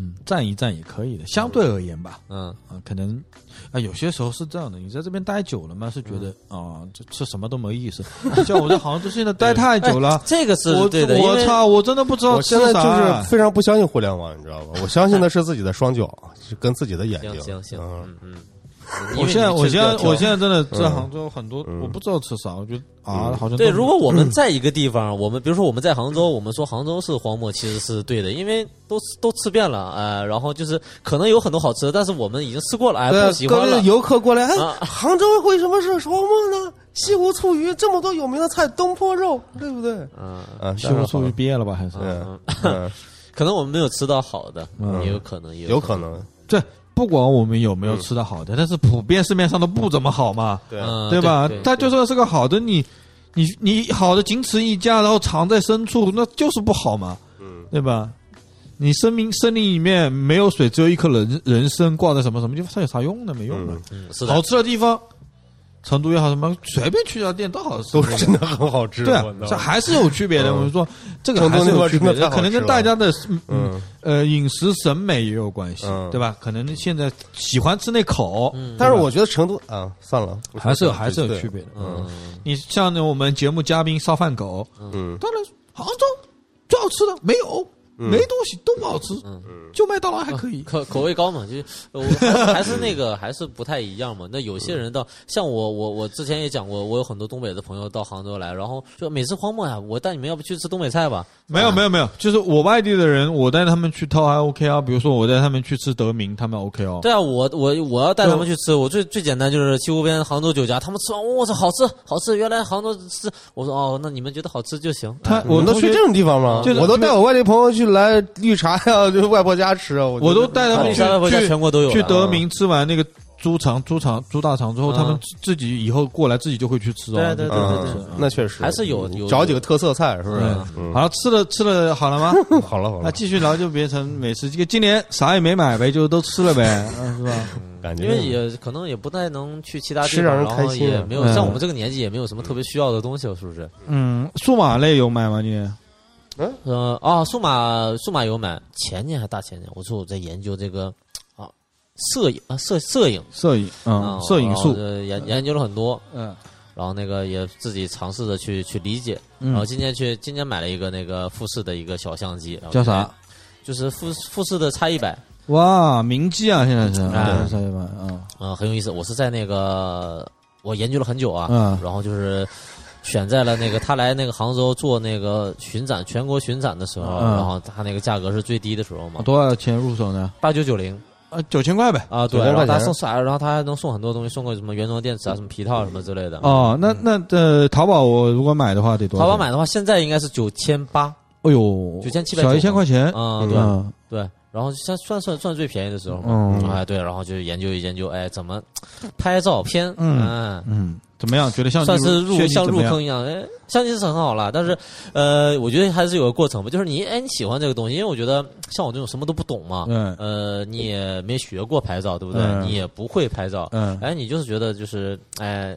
[SPEAKER 3] 嗯，站一站也可以的，相对而言吧，
[SPEAKER 4] 嗯，
[SPEAKER 3] 啊，可能啊，有些时候是这样的，你在这边待久了嘛，是觉得啊，这吃什么都没意思。像我在杭州现在待太久了，
[SPEAKER 4] 这个是
[SPEAKER 3] 我
[SPEAKER 4] 对的，因
[SPEAKER 3] 我
[SPEAKER 4] 为
[SPEAKER 3] 操，我真的啊不知道
[SPEAKER 2] 我
[SPEAKER 3] 吃
[SPEAKER 2] 现在
[SPEAKER 3] 啥。
[SPEAKER 2] 就是非常不相信互联网，你知道吧？我相信的是自己的双 *laughs* 脚，是跟自己的眼睛。
[SPEAKER 4] 行行行，
[SPEAKER 2] 嗯
[SPEAKER 4] 嗯嗯，
[SPEAKER 3] 我现在，我现在，我现在真的在
[SPEAKER 2] 嗯
[SPEAKER 3] 杭州很多，
[SPEAKER 2] 嗯
[SPEAKER 3] 我不知道吃啥，我觉得
[SPEAKER 2] 嗯
[SPEAKER 3] 啊，好像
[SPEAKER 4] 对，
[SPEAKER 3] 都
[SPEAKER 4] 如果我们在一个地方，我们比如说我们在杭州，我们说杭州是荒漠，其实是对的，因为都都吃遍了，呃，然后就是可能有很多好吃的，但是我们已经吃过了，哎，
[SPEAKER 2] 对
[SPEAKER 3] 啊
[SPEAKER 4] 不喜欢了
[SPEAKER 2] 各位。游客过来，哎
[SPEAKER 4] 啊，
[SPEAKER 2] 杭州为什么是荒漠呢？西湖醋鱼这么多有名的菜，东坡肉，对不对？
[SPEAKER 4] 嗯，
[SPEAKER 2] 嗯，
[SPEAKER 3] 西湖醋鱼毕业了吧？还是
[SPEAKER 2] 嗯，
[SPEAKER 3] *laughs*
[SPEAKER 2] 嗯，
[SPEAKER 4] 可能我们没有吃到好的，
[SPEAKER 3] 嗯
[SPEAKER 4] 也有可能，也
[SPEAKER 2] 有可，能，
[SPEAKER 3] 对，不管我们有没
[SPEAKER 2] 嗯
[SPEAKER 3] 有吃的好的，但是普遍市面上都不怎么好嘛。
[SPEAKER 2] 对啊
[SPEAKER 4] 嗯，
[SPEAKER 3] 对吧？他
[SPEAKER 4] 对
[SPEAKER 3] 就算是个好的，你你你好的仅此一家，然后藏在深处，那就是不好嘛，
[SPEAKER 2] 嗯，
[SPEAKER 3] 对吧？你生命森林里面没有水，只有一颗人人参挂在什么什么地方，它有啥用呢？没用的。
[SPEAKER 2] 嗯
[SPEAKER 4] 嗯是的
[SPEAKER 3] 好，吃的地方，成都也好，什么随便去一家店都好吃，
[SPEAKER 2] 都是真的很好吃。
[SPEAKER 3] 对啊
[SPEAKER 2] 我知，道
[SPEAKER 3] 这还是有区别的。
[SPEAKER 2] 嗯
[SPEAKER 3] 我们说这个还是有区别的，可能跟大家的嗯
[SPEAKER 2] 嗯，
[SPEAKER 3] 呃饮食审美也有关系
[SPEAKER 2] 嗯，
[SPEAKER 3] 对吧？可能现在喜欢吃那口，
[SPEAKER 4] 嗯，
[SPEAKER 2] 但是我觉得成都啊，算了，不说
[SPEAKER 3] 还是有
[SPEAKER 2] 这个
[SPEAKER 3] 还是有
[SPEAKER 2] 对
[SPEAKER 3] 区别的。
[SPEAKER 4] 嗯，
[SPEAKER 3] 你像我们节目嘉宾烧饭狗，
[SPEAKER 2] 嗯，
[SPEAKER 3] 当然，杭州最好吃的没有，没东西都不好吃，
[SPEAKER 2] 嗯
[SPEAKER 3] 就麦当劳还可以。
[SPEAKER 4] 口口味高嘛，就是我还还是那个还是不太一样嘛。那有些人到像我，我我之前也讲过，我有很多东北的朋友到杭州来，然后说每次荒漠呀，我带你们要不去吃东北菜吧？
[SPEAKER 3] 没有没有没有，就是我外地的人，我带他们去涛还 OK 啊，比如说我带他们去吃德明，他们 OK 哦。
[SPEAKER 4] 对啊，我我我要带他们去吃，我最最简单就是西湖边杭州酒家，他们吃完，我操，好吃好吃！原来杭州吃，我说哦，那你们觉得好吃就行。
[SPEAKER 3] 他
[SPEAKER 4] 哎
[SPEAKER 2] 我
[SPEAKER 3] 我
[SPEAKER 2] 们都
[SPEAKER 3] 同
[SPEAKER 2] 去
[SPEAKER 3] 学
[SPEAKER 2] 这种地方吗
[SPEAKER 3] 就？是
[SPEAKER 2] 我都带我外地朋友去来绿茶呀， *laughs* 就外婆家吃啊，我
[SPEAKER 3] 我
[SPEAKER 2] 我
[SPEAKER 3] 都带他们
[SPEAKER 4] 绿
[SPEAKER 3] 去
[SPEAKER 4] 茶外婆家
[SPEAKER 3] 去
[SPEAKER 4] 全国都有
[SPEAKER 3] 去
[SPEAKER 4] 的啊
[SPEAKER 3] 德明吃完那个猪肠、猪肠、猪大肠之后，
[SPEAKER 4] 嗯
[SPEAKER 3] 他们自自己以后过来自己就会去吃哦。
[SPEAKER 4] 对对对
[SPEAKER 3] 就
[SPEAKER 4] 对
[SPEAKER 3] 会
[SPEAKER 4] 对
[SPEAKER 3] 吃
[SPEAKER 4] 对
[SPEAKER 2] 嗯，那确实
[SPEAKER 4] 还是有有
[SPEAKER 2] 找几个特色菜，是不是？
[SPEAKER 3] 嗯好了，吃了吃了，好了吗？
[SPEAKER 2] 嗯好了好
[SPEAKER 3] 那
[SPEAKER 4] 啊
[SPEAKER 2] 了，
[SPEAKER 3] 继续聊就别成美食，这个今年啥也没买呗，就都吃了呗，
[SPEAKER 4] *laughs*
[SPEAKER 3] 嗯是吧？
[SPEAKER 2] 感觉
[SPEAKER 4] 因为也可能也不太能去其他地
[SPEAKER 2] 吃让
[SPEAKER 4] 方，
[SPEAKER 2] 人
[SPEAKER 4] 然后
[SPEAKER 2] 开心
[SPEAKER 4] 也没有
[SPEAKER 3] 嗯
[SPEAKER 4] 像我们这个年纪也没有什么特别需要的东西了，是不是？
[SPEAKER 3] 嗯，数码类有买吗？你？
[SPEAKER 4] 呃啊，数码数码有买，前年还大前年，我说我在研究这个啊摄影啊摄摄影
[SPEAKER 3] 摄影，嗯
[SPEAKER 4] 啊，，
[SPEAKER 3] 摄影术
[SPEAKER 4] 然后，呃研研究了很多，
[SPEAKER 3] 嗯
[SPEAKER 4] 然后那个也自己尝试着去去理解，然后
[SPEAKER 3] 嗯，
[SPEAKER 4] 今年去今年买了一个那个富士的一个小相机，然后
[SPEAKER 3] 叫啥？
[SPEAKER 4] 就是富富士的叉一百，
[SPEAKER 3] 哇，名机啊，现在是，
[SPEAKER 4] 哎
[SPEAKER 3] 啊，摄影版，嗯
[SPEAKER 4] 嗯，很有意思。我是在那个我研究了很久啊，
[SPEAKER 3] 嗯
[SPEAKER 4] 然后就是选在了那个他来那个杭州做那个巡展，全国巡展的时候，
[SPEAKER 3] 嗯
[SPEAKER 4] 然后他那个价格是最低的时候嘛，
[SPEAKER 3] 多少钱入手呢？
[SPEAKER 4] 八九九零
[SPEAKER 3] 啊，九千块呗。嗯
[SPEAKER 4] 啊，对，
[SPEAKER 2] 9000
[SPEAKER 4] 然后
[SPEAKER 2] 块钱
[SPEAKER 4] 他送啥？然后他还能送很多东西，送个什么原装电池啊，什么皮套什么之类的。
[SPEAKER 3] 哦，那那呃，淘宝我如果买的话得多少？
[SPEAKER 4] 淘宝，买的话，现在应该是九千八，
[SPEAKER 3] 哎呦，
[SPEAKER 4] 9790
[SPEAKER 3] 小一千块钱，
[SPEAKER 4] 啊，
[SPEAKER 2] 嗯
[SPEAKER 4] 对
[SPEAKER 3] 嗯
[SPEAKER 4] 对，然后算算算算最便宜的时候嘛，
[SPEAKER 3] 嗯
[SPEAKER 4] 哎对，然后就研究一研究，哎，怎么拍照片，
[SPEAKER 3] 嗯
[SPEAKER 4] 嗯
[SPEAKER 3] 嗯，怎么样？觉得像
[SPEAKER 4] 算是
[SPEAKER 3] 炫
[SPEAKER 4] 入
[SPEAKER 3] 技
[SPEAKER 4] 像
[SPEAKER 3] 怎
[SPEAKER 4] 入
[SPEAKER 3] 么样
[SPEAKER 4] 坑一样，哎，相机是很好啦，但是，呃，我觉得还是有个过程吧，就是你哎你喜欢这个东西，因为我觉得像我这种什么都不懂嘛，
[SPEAKER 3] 嗯
[SPEAKER 4] 呃，你也没学过拍照，对不对？
[SPEAKER 3] 嗯
[SPEAKER 4] 你也不会拍照，
[SPEAKER 3] 嗯
[SPEAKER 4] 哎，你就是觉得就是哎，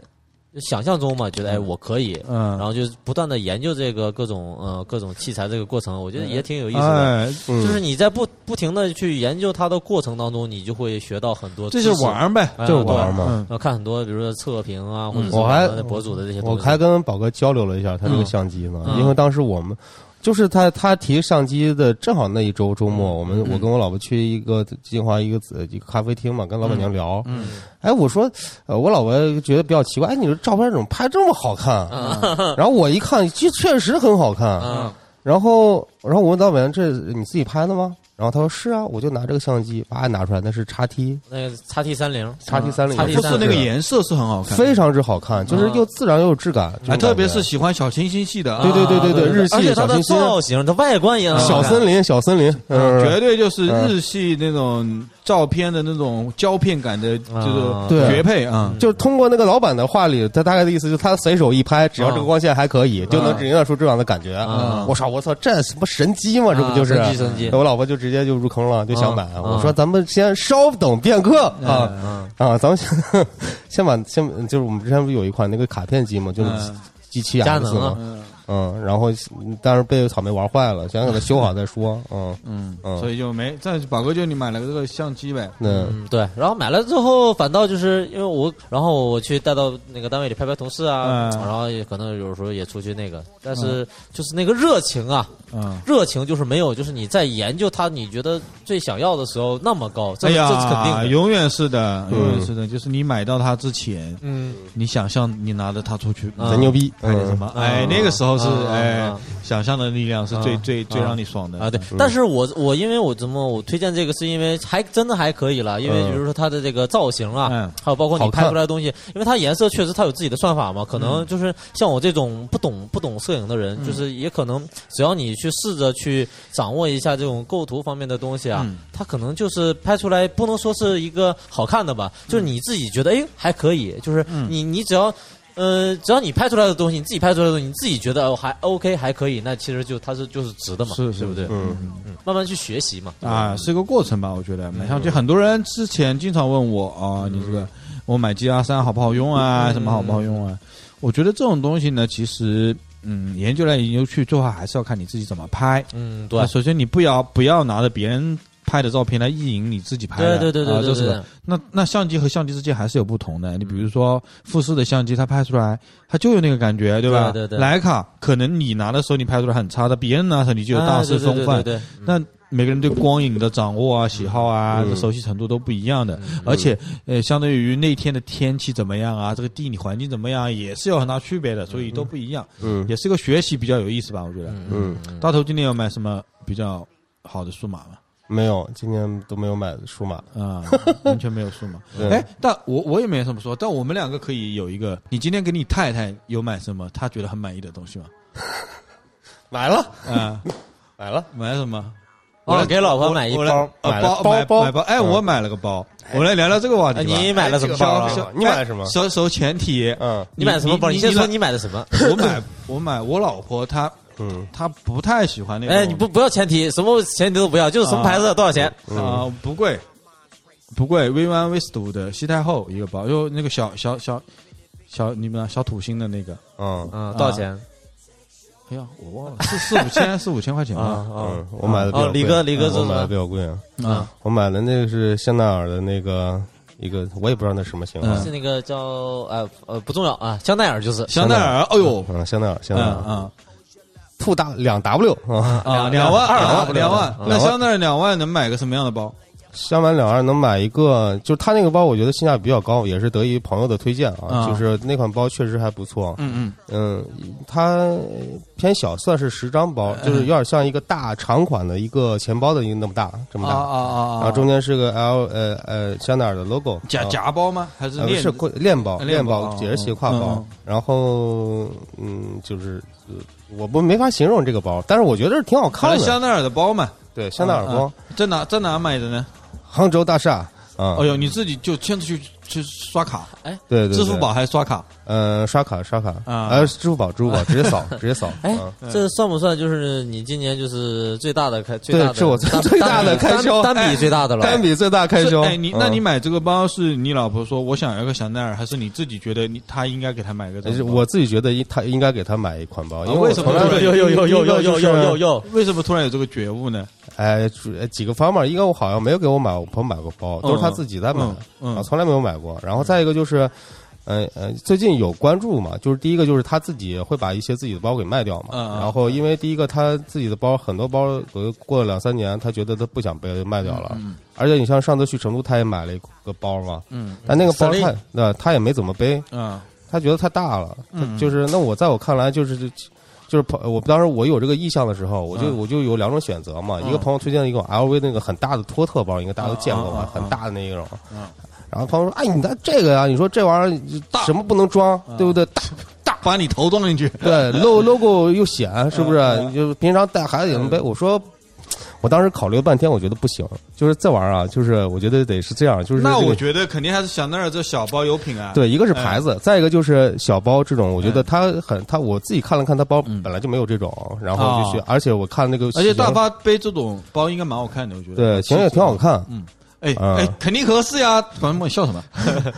[SPEAKER 4] 想象中嘛，觉得哎我可以，
[SPEAKER 3] 嗯，
[SPEAKER 4] 然后就是不断的研究这个各种呃各种器材这个过程，我觉得也挺有意思的。
[SPEAKER 3] 哎，
[SPEAKER 2] 嗯
[SPEAKER 4] 就是你在不不停的去研究它的过程当中，你就会学到很多
[SPEAKER 3] 这
[SPEAKER 4] 知识。
[SPEAKER 3] 就玩儿呗，
[SPEAKER 4] 哎
[SPEAKER 2] 就是玩儿嘛
[SPEAKER 3] 嗯
[SPEAKER 4] 呃，看很多，比如说测评啊，或者是
[SPEAKER 2] 嗯我还
[SPEAKER 4] 网上的博主的这些东
[SPEAKER 2] 我
[SPEAKER 4] 西。
[SPEAKER 2] 还跟宝哥交流了一下他这个相机呢，
[SPEAKER 4] 嗯
[SPEAKER 2] 因为当时我们就是他他提相机的，正好那一周周
[SPEAKER 4] 嗯
[SPEAKER 2] 末，我们我跟我老婆去一个金华一个子一个咖啡厅嘛，跟老板娘聊，
[SPEAKER 3] 嗯
[SPEAKER 2] 哎，我说，呃，我老婆觉得比较奇怪，哎，你这照片怎么拍这么好看啊？ *laughs* 然后我一看，这确实很好看。
[SPEAKER 4] 嗯
[SPEAKER 2] 然后，然后我问老板娘，这你自己拍的吗？然后他说是啊，我就拿这个相机，叭拿出来，那是叉 T
[SPEAKER 4] 那个叉 T 三零，嗯
[SPEAKER 2] 叉 T 三零，
[SPEAKER 4] 叉啊 T
[SPEAKER 3] 不是
[SPEAKER 4] 三
[SPEAKER 3] 那个颜色是很好看，
[SPEAKER 2] 非常之好看，就是又自然又有质感，这种
[SPEAKER 3] 哎，
[SPEAKER 2] 感觉
[SPEAKER 3] 特别是喜欢小清新系的，啊
[SPEAKER 2] 对对对对对
[SPEAKER 4] 啊
[SPEAKER 2] 日系
[SPEAKER 4] 而且它
[SPEAKER 2] 小
[SPEAKER 4] 的
[SPEAKER 2] 清新嗯
[SPEAKER 4] 造型、它外观也很嗯好
[SPEAKER 2] 小
[SPEAKER 4] 看
[SPEAKER 2] 森林，小森林，嗯，
[SPEAKER 3] 绝对就是日系那种照片的那种胶片感的，就是
[SPEAKER 4] 啊
[SPEAKER 2] 对
[SPEAKER 3] 绝配啊！
[SPEAKER 2] 就是通过那个老板的话里，他大概的意思就是他随手一拍，只要这个光线还可以，就能营造出这样的感觉。
[SPEAKER 4] 啊
[SPEAKER 2] 我操，我操，这什么神机嘛，这不就是？
[SPEAKER 4] 啊神机神机
[SPEAKER 2] 对我老婆就直接就入坑了，就想买。
[SPEAKER 4] 啊
[SPEAKER 2] 我说咱们先稍等片刻啊啊，咱们先 *laughs* 先把先就是我们之前不是有一款那个卡片机嘛，就是
[SPEAKER 3] 嗯
[SPEAKER 2] 机器
[SPEAKER 4] 佳
[SPEAKER 2] X
[SPEAKER 4] 能啊
[SPEAKER 2] 嘛，嗯，然后但是被草莓玩坏了，想给它修好再说，嗯
[SPEAKER 3] 嗯
[SPEAKER 2] 嗯
[SPEAKER 3] 所以就没，但是宝哥就你买了个这个相机呗，
[SPEAKER 2] 那
[SPEAKER 4] 嗯，对。然后买了之后，反倒就是因为我，然后我去带到那个单位里拍拍同事啊，
[SPEAKER 3] 嗯
[SPEAKER 4] 然后也可能有时候也出去那个，但是就是那个热情啊，
[SPEAKER 3] 嗯，
[SPEAKER 4] 热情就是没有，就是你在研究它，你觉得最想要的时候那么高，这、
[SPEAKER 3] 哎
[SPEAKER 4] 这是肯定
[SPEAKER 3] 呀，
[SPEAKER 4] 的。
[SPEAKER 3] 永远是的，
[SPEAKER 2] 嗯
[SPEAKER 3] 永远是的，就是你买到它之前，
[SPEAKER 4] 嗯，
[SPEAKER 3] 你想象你拿着它出去
[SPEAKER 4] 嗯
[SPEAKER 2] 贼牛逼，
[SPEAKER 3] 拍点什
[SPEAKER 2] 嗯
[SPEAKER 3] 么，
[SPEAKER 4] 嗯
[SPEAKER 3] 哎，那个时候是
[SPEAKER 4] 嗯
[SPEAKER 3] 哎
[SPEAKER 4] 嗯，
[SPEAKER 3] 想象的力量是最
[SPEAKER 4] 嗯
[SPEAKER 3] 最
[SPEAKER 4] 嗯
[SPEAKER 3] 最让你爽的
[SPEAKER 4] 啊，对，但是我我因为我怎么我推荐这个是因为还真的还可以了，因为
[SPEAKER 2] 嗯
[SPEAKER 4] 比如说它的这个造型啊，
[SPEAKER 3] 嗯
[SPEAKER 4] 还有包括你
[SPEAKER 2] 好看
[SPEAKER 4] 拍出来的东西，因为它颜色确实它有自己的算法嘛，可
[SPEAKER 3] 嗯
[SPEAKER 4] 能就是像我这种不懂不懂摄影的人，就是也可能只要你去试着去掌握一下这种构图方面的东西啊，
[SPEAKER 3] 嗯
[SPEAKER 4] 它可能就是拍出来不能说是一个好看的吧，
[SPEAKER 3] 嗯
[SPEAKER 4] 就是你自己觉得哎还可以，就是你你只要。呃，只要你拍出来的东西，你自己拍出来的东西，你自己觉得哦还 OK 还可以，那其实就它是就是值的嘛，
[SPEAKER 3] 是是
[SPEAKER 4] 对不对？
[SPEAKER 2] 嗯。
[SPEAKER 4] 慢慢去学习嘛。
[SPEAKER 3] 啊，是个过程吧，我觉
[SPEAKER 4] 嗯
[SPEAKER 3] 得买相机，很多人之前经常问我啊，你这个我买 GR 三好不好用
[SPEAKER 4] 嗯
[SPEAKER 3] 啊，什么好不好用啊？我觉得这种东西呢，其实嗯，研究来研究去，最后还是要看你自己怎么拍。
[SPEAKER 4] 嗯，
[SPEAKER 3] 那首先你不要不要拿着别人拍的照片来意淫你自己拍
[SPEAKER 4] 对
[SPEAKER 3] 的，
[SPEAKER 4] 对对对
[SPEAKER 3] 啊
[SPEAKER 4] 对
[SPEAKER 3] 这是
[SPEAKER 4] 对
[SPEAKER 3] 个
[SPEAKER 4] 对，
[SPEAKER 3] 那那相机和相机之间还是有不同的。你
[SPEAKER 4] 嗯
[SPEAKER 3] 比如说富士的相机，它拍出来它就有那个感觉，对吧？
[SPEAKER 4] 对对对
[SPEAKER 3] 徕卡可能你拿的时候你拍出来很差的，别人拿的时候你就有大师风范
[SPEAKER 4] 哎对对对。对对
[SPEAKER 3] 那每个人对光影的掌握啊、喜好啊、
[SPEAKER 2] 嗯
[SPEAKER 3] 熟悉程度都不一样的，
[SPEAKER 4] 嗯
[SPEAKER 3] 而且呃，相对于那天的天气怎么样啊，这个地理环境怎么样，啊也是有很大区别的，所以都不一样，
[SPEAKER 2] 嗯
[SPEAKER 3] 也是个学习比较有意思吧，我觉得。
[SPEAKER 2] 嗯。
[SPEAKER 3] 大头今天有买什么比较好的数码吗？
[SPEAKER 2] 没有，今年都没有买数码。
[SPEAKER 3] 啊、完全没有数
[SPEAKER 4] *laughs*
[SPEAKER 3] 码。
[SPEAKER 2] 对
[SPEAKER 3] 哎，但我我也没什么说，但我们两个可以有一个，你今天给你太太有买什么，她觉得很满意的东西吗？
[SPEAKER 2] 买了，
[SPEAKER 3] 啊、
[SPEAKER 2] 买了，
[SPEAKER 3] 买了什么？
[SPEAKER 4] 我哦给老婆买一
[SPEAKER 3] 我来
[SPEAKER 4] 包，
[SPEAKER 3] 呃
[SPEAKER 2] 买了
[SPEAKER 3] 包
[SPEAKER 2] 包
[SPEAKER 3] 买
[SPEAKER 2] 包
[SPEAKER 3] 买包，哎，
[SPEAKER 2] 嗯
[SPEAKER 3] 我买了个包，我们来聊聊这个话
[SPEAKER 4] 呃
[SPEAKER 3] 题吧。
[SPEAKER 4] 你买了什么啊包
[SPEAKER 2] 哎这个
[SPEAKER 4] 啊？
[SPEAKER 2] 包你买了什么
[SPEAKER 3] 首首前提，
[SPEAKER 2] 嗯
[SPEAKER 4] 你买什么包？
[SPEAKER 3] 你
[SPEAKER 4] 你先说
[SPEAKER 3] 你
[SPEAKER 4] 你买的什么？
[SPEAKER 3] 我买我买我老婆她
[SPEAKER 2] 嗯，
[SPEAKER 3] 她不太喜欢那个，
[SPEAKER 4] 哎，你不不要前提，什么前提都不要，就是什么牌子多少钱？
[SPEAKER 3] 啊
[SPEAKER 4] 嗯
[SPEAKER 3] 不贵不贵，V One Westwood 的西太后一个包，就那个小小小小你们啊小土星的那个，
[SPEAKER 2] 嗯
[SPEAKER 4] 嗯，
[SPEAKER 3] 啊
[SPEAKER 4] 多少钱？
[SPEAKER 3] 哎呀我忘了，四四五千四五千块钱
[SPEAKER 4] 啊
[SPEAKER 3] 吧，
[SPEAKER 4] 啊
[SPEAKER 2] 嗯，我买的比较
[SPEAKER 4] 哦
[SPEAKER 2] 贵
[SPEAKER 4] 李哥李哥
[SPEAKER 2] 嗯
[SPEAKER 4] 是
[SPEAKER 2] 我买
[SPEAKER 4] 什
[SPEAKER 2] 的
[SPEAKER 4] 么
[SPEAKER 2] 比较贵啊，
[SPEAKER 3] 啊
[SPEAKER 2] 我买的那个是香奈儿的那个一个，我也不知道那什么型号
[SPEAKER 3] 嗯，
[SPEAKER 4] 是那个叫呃呃不重要啊，香奈儿就是
[SPEAKER 3] 香奈儿，哎呦，
[SPEAKER 2] 嗯，香奈儿香
[SPEAKER 3] 嗯
[SPEAKER 2] 奈儿
[SPEAKER 3] 嗯。
[SPEAKER 2] 兔大两 W 啊，
[SPEAKER 3] 啊，
[SPEAKER 4] 两
[SPEAKER 3] 两万
[SPEAKER 4] 两
[SPEAKER 3] 两
[SPEAKER 4] 二
[SPEAKER 3] 万两万
[SPEAKER 4] 两，万
[SPEAKER 3] 那香奈儿两万能买个什么样的包？
[SPEAKER 2] 香满两二能买一个，就是它那个包，我觉得性价比比较高，也是得益于朋友的推荐啊，
[SPEAKER 3] 啊
[SPEAKER 2] 就是那款包确实还不错，
[SPEAKER 3] 嗯
[SPEAKER 2] 嗯，它偏小，算是十张包，就是有点像一个大长款的一个钱包的一个那么大，这
[SPEAKER 3] 嗯，
[SPEAKER 2] 么
[SPEAKER 3] 啊
[SPEAKER 2] 大，
[SPEAKER 3] 啊啊
[SPEAKER 2] 然
[SPEAKER 3] 啊！
[SPEAKER 2] 后中间是个 L 呃呃香奈儿的 logo，
[SPEAKER 3] 夹
[SPEAKER 2] 啊
[SPEAKER 3] 夹包吗？还是
[SPEAKER 2] 呃不
[SPEAKER 3] 链
[SPEAKER 2] 是
[SPEAKER 3] 子
[SPEAKER 2] 贵链包，
[SPEAKER 3] 链
[SPEAKER 2] 链
[SPEAKER 3] 包
[SPEAKER 2] 包
[SPEAKER 3] 啊
[SPEAKER 2] 也是斜挎包
[SPEAKER 3] 嗯，
[SPEAKER 2] 然后嗯就是呃我不没法形容这个包，但是我觉得是挺好
[SPEAKER 3] 可
[SPEAKER 2] 看
[SPEAKER 3] 能
[SPEAKER 2] 的，
[SPEAKER 3] 香奈儿的包嘛？
[SPEAKER 2] 对香奈儿
[SPEAKER 3] 嗯
[SPEAKER 2] 包，，
[SPEAKER 3] 嗯在哪在哪买的呢？
[SPEAKER 2] 杭州大厦啊
[SPEAKER 3] 哦，呦，你自己就亲自去去刷卡，
[SPEAKER 2] 对对，对
[SPEAKER 3] 支付宝还刷卡
[SPEAKER 2] 呃，刷卡刷卡
[SPEAKER 3] 啊
[SPEAKER 2] 呃，支付宝支
[SPEAKER 3] *laughs*
[SPEAKER 2] 付宝直接扫直接扫，
[SPEAKER 4] 哎
[SPEAKER 2] 嗯，
[SPEAKER 4] 这算不算就是你今年就是最大的开最
[SPEAKER 2] 对，
[SPEAKER 4] 大的
[SPEAKER 2] 是我最
[SPEAKER 4] 单
[SPEAKER 2] 最大的
[SPEAKER 4] 单
[SPEAKER 2] 开销，
[SPEAKER 4] 单单笔最大的了。
[SPEAKER 2] 单笔最大开销。
[SPEAKER 3] 是哎，你那
[SPEAKER 2] 嗯
[SPEAKER 3] 你买这个包是你老婆说我想要个香奈儿，还是你自己觉得你她应该给她买个这
[SPEAKER 2] 但
[SPEAKER 3] 种
[SPEAKER 2] 是
[SPEAKER 3] 包？
[SPEAKER 2] 呃我自己觉得一他应该给他买一款包，因
[SPEAKER 3] 啊为
[SPEAKER 4] 哎
[SPEAKER 2] 我
[SPEAKER 3] 什
[SPEAKER 2] 从
[SPEAKER 3] 么
[SPEAKER 2] 来
[SPEAKER 3] 呢
[SPEAKER 2] 没
[SPEAKER 4] 呦呦呦呦呦呦呦呦！
[SPEAKER 3] 为什么突然有这个觉悟呢？
[SPEAKER 2] 哎主呃几个方面，一个我好像没有给我买我朋友买过包，都是他自己在买
[SPEAKER 3] 嗯，嗯
[SPEAKER 2] 啊，从来没有买过。然后再一个就是。呃呃，最近有关注嘛？就是第一个就是他自己会把一些自己的包给卖掉嘛。
[SPEAKER 3] 嗯嗯
[SPEAKER 2] 然后因为第一个他自己的包很多包呃过了两三年，他觉得他不想背了就卖掉了。
[SPEAKER 3] 嗯
[SPEAKER 2] 而且你像上次去成都，他也买了一个包嘛，
[SPEAKER 3] 嗯
[SPEAKER 2] 但那个包
[SPEAKER 4] 森
[SPEAKER 2] 他
[SPEAKER 4] 林
[SPEAKER 2] 那他也没怎么背，
[SPEAKER 3] 啊
[SPEAKER 2] 他觉得太大了，
[SPEAKER 3] 嗯
[SPEAKER 2] 就是那我在我看来就是就就是朋我当时我有这个意向的时候，我就、
[SPEAKER 3] 嗯
[SPEAKER 2] 我就有两种选择嘛，
[SPEAKER 3] 嗯
[SPEAKER 2] 一个朋友推荐了一个 LV 那个很大的托特包，应该大家都见过吧，
[SPEAKER 3] 嗯嗯嗯嗯
[SPEAKER 2] 很大的那一种。
[SPEAKER 3] 嗯
[SPEAKER 2] 然后朋友说：“哎，你看这个呀、你说这玩意
[SPEAKER 3] 大
[SPEAKER 2] 儿什么不能装，
[SPEAKER 3] 嗯
[SPEAKER 2] 对不对？
[SPEAKER 3] *laughs*
[SPEAKER 2] 大
[SPEAKER 3] 大把你头撞进去，
[SPEAKER 2] 对 logo logo 又显，是不是？
[SPEAKER 3] 嗯
[SPEAKER 2] 你就平常带孩子也能背。我说，我当时考虑了半天，我觉得不行，就是这玩意儿啊，就是我觉得得是这样，就是
[SPEAKER 3] 那
[SPEAKER 2] 这个
[SPEAKER 3] 我觉得肯定还是香奈儿这小包有品啊。
[SPEAKER 2] 对，一个是牌子，再一个就是小包这种，我觉得它很，它我自己看了看，它包
[SPEAKER 3] 嗯
[SPEAKER 2] 本来就没有这种，然后就去
[SPEAKER 3] 哦，
[SPEAKER 2] 而且我看那个型，
[SPEAKER 3] 而且大发嗯背这种包应该蛮好看的，我觉得。
[SPEAKER 2] 对型也挺好看，
[SPEAKER 3] 哎
[SPEAKER 2] 嗯
[SPEAKER 3] 哎，肯定合适呀！朋友们笑什么？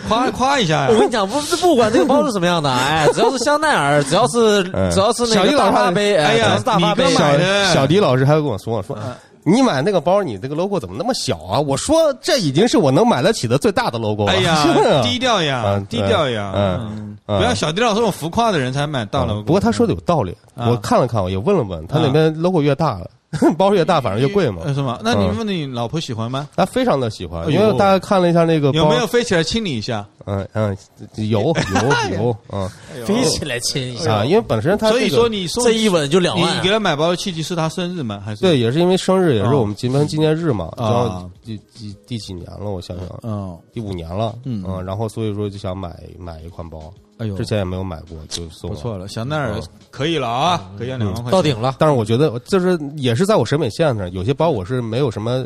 [SPEAKER 3] 夸夸一下
[SPEAKER 4] 我跟
[SPEAKER 2] 哦
[SPEAKER 3] 呀！
[SPEAKER 4] 你讲，不是不管这个包是什么样的， *laughs* 哎，只要是香奈儿，只要是
[SPEAKER 2] 嗯
[SPEAKER 4] 只要是那
[SPEAKER 2] 小
[SPEAKER 4] 个
[SPEAKER 2] 姨
[SPEAKER 4] 大
[SPEAKER 2] 老
[SPEAKER 4] 发
[SPEAKER 2] 汉
[SPEAKER 4] 杯，
[SPEAKER 3] 哎呀
[SPEAKER 4] 只要是大发杯
[SPEAKER 3] 你，哥买的
[SPEAKER 2] 小小迪老师还跟我说，我说
[SPEAKER 3] 嗯
[SPEAKER 2] 你买那个包，你这个 logo 怎么那么小啊？我说这已经是我能买得起的最大的 logo 了。*laughs*
[SPEAKER 3] 哎呀，低调呀
[SPEAKER 2] 嗯，
[SPEAKER 3] 低调呀，
[SPEAKER 2] 嗯
[SPEAKER 3] 嗯，
[SPEAKER 2] 嗯
[SPEAKER 3] 不要小低调这种浮夸的人才买大了。
[SPEAKER 2] 不过他说的有道理，
[SPEAKER 3] 啊
[SPEAKER 2] 我看了看，我也问了问，它里面 logo 越大， *laughs* 包越大反正越贵嘛
[SPEAKER 3] 呃。是吗？那你
[SPEAKER 2] 嗯
[SPEAKER 3] 问你老婆喜欢吗？
[SPEAKER 2] 他非常的喜
[SPEAKER 3] 哎
[SPEAKER 2] 欢，
[SPEAKER 3] 呦
[SPEAKER 2] 因为大家看了一下那呃个包，
[SPEAKER 3] 有没有飞起来亲你一下？
[SPEAKER 2] 嗯嗯，有
[SPEAKER 3] *laughs* 哎
[SPEAKER 2] 有有，嗯
[SPEAKER 4] 飞起来亲一下，
[SPEAKER 2] 啊，因为本身他
[SPEAKER 3] 所
[SPEAKER 2] 这
[SPEAKER 3] 以
[SPEAKER 2] 个
[SPEAKER 3] 说你送
[SPEAKER 4] *laughs* 这一啊吻就两
[SPEAKER 3] 你
[SPEAKER 4] 万
[SPEAKER 3] 给。他买包的契机是他生日吗？还是
[SPEAKER 2] 对，？也是因为生日，也是我们结婚纪念日嘛，
[SPEAKER 3] 啊
[SPEAKER 2] 然后第第第几年了？我想想，
[SPEAKER 3] 嗯，
[SPEAKER 2] 第五年了，
[SPEAKER 3] 嗯
[SPEAKER 2] 嗯，然后所以说就想买买一款包，
[SPEAKER 3] 哎呦，
[SPEAKER 2] 之前也没有买过，就送
[SPEAKER 3] 不
[SPEAKER 2] 了。
[SPEAKER 3] 错了，香奈儿
[SPEAKER 2] 嗯
[SPEAKER 3] 可以了啊，可以要两万块钱
[SPEAKER 4] 到顶了，
[SPEAKER 2] 但是我觉得，就是也是在我审美线上，有些包我是没有什么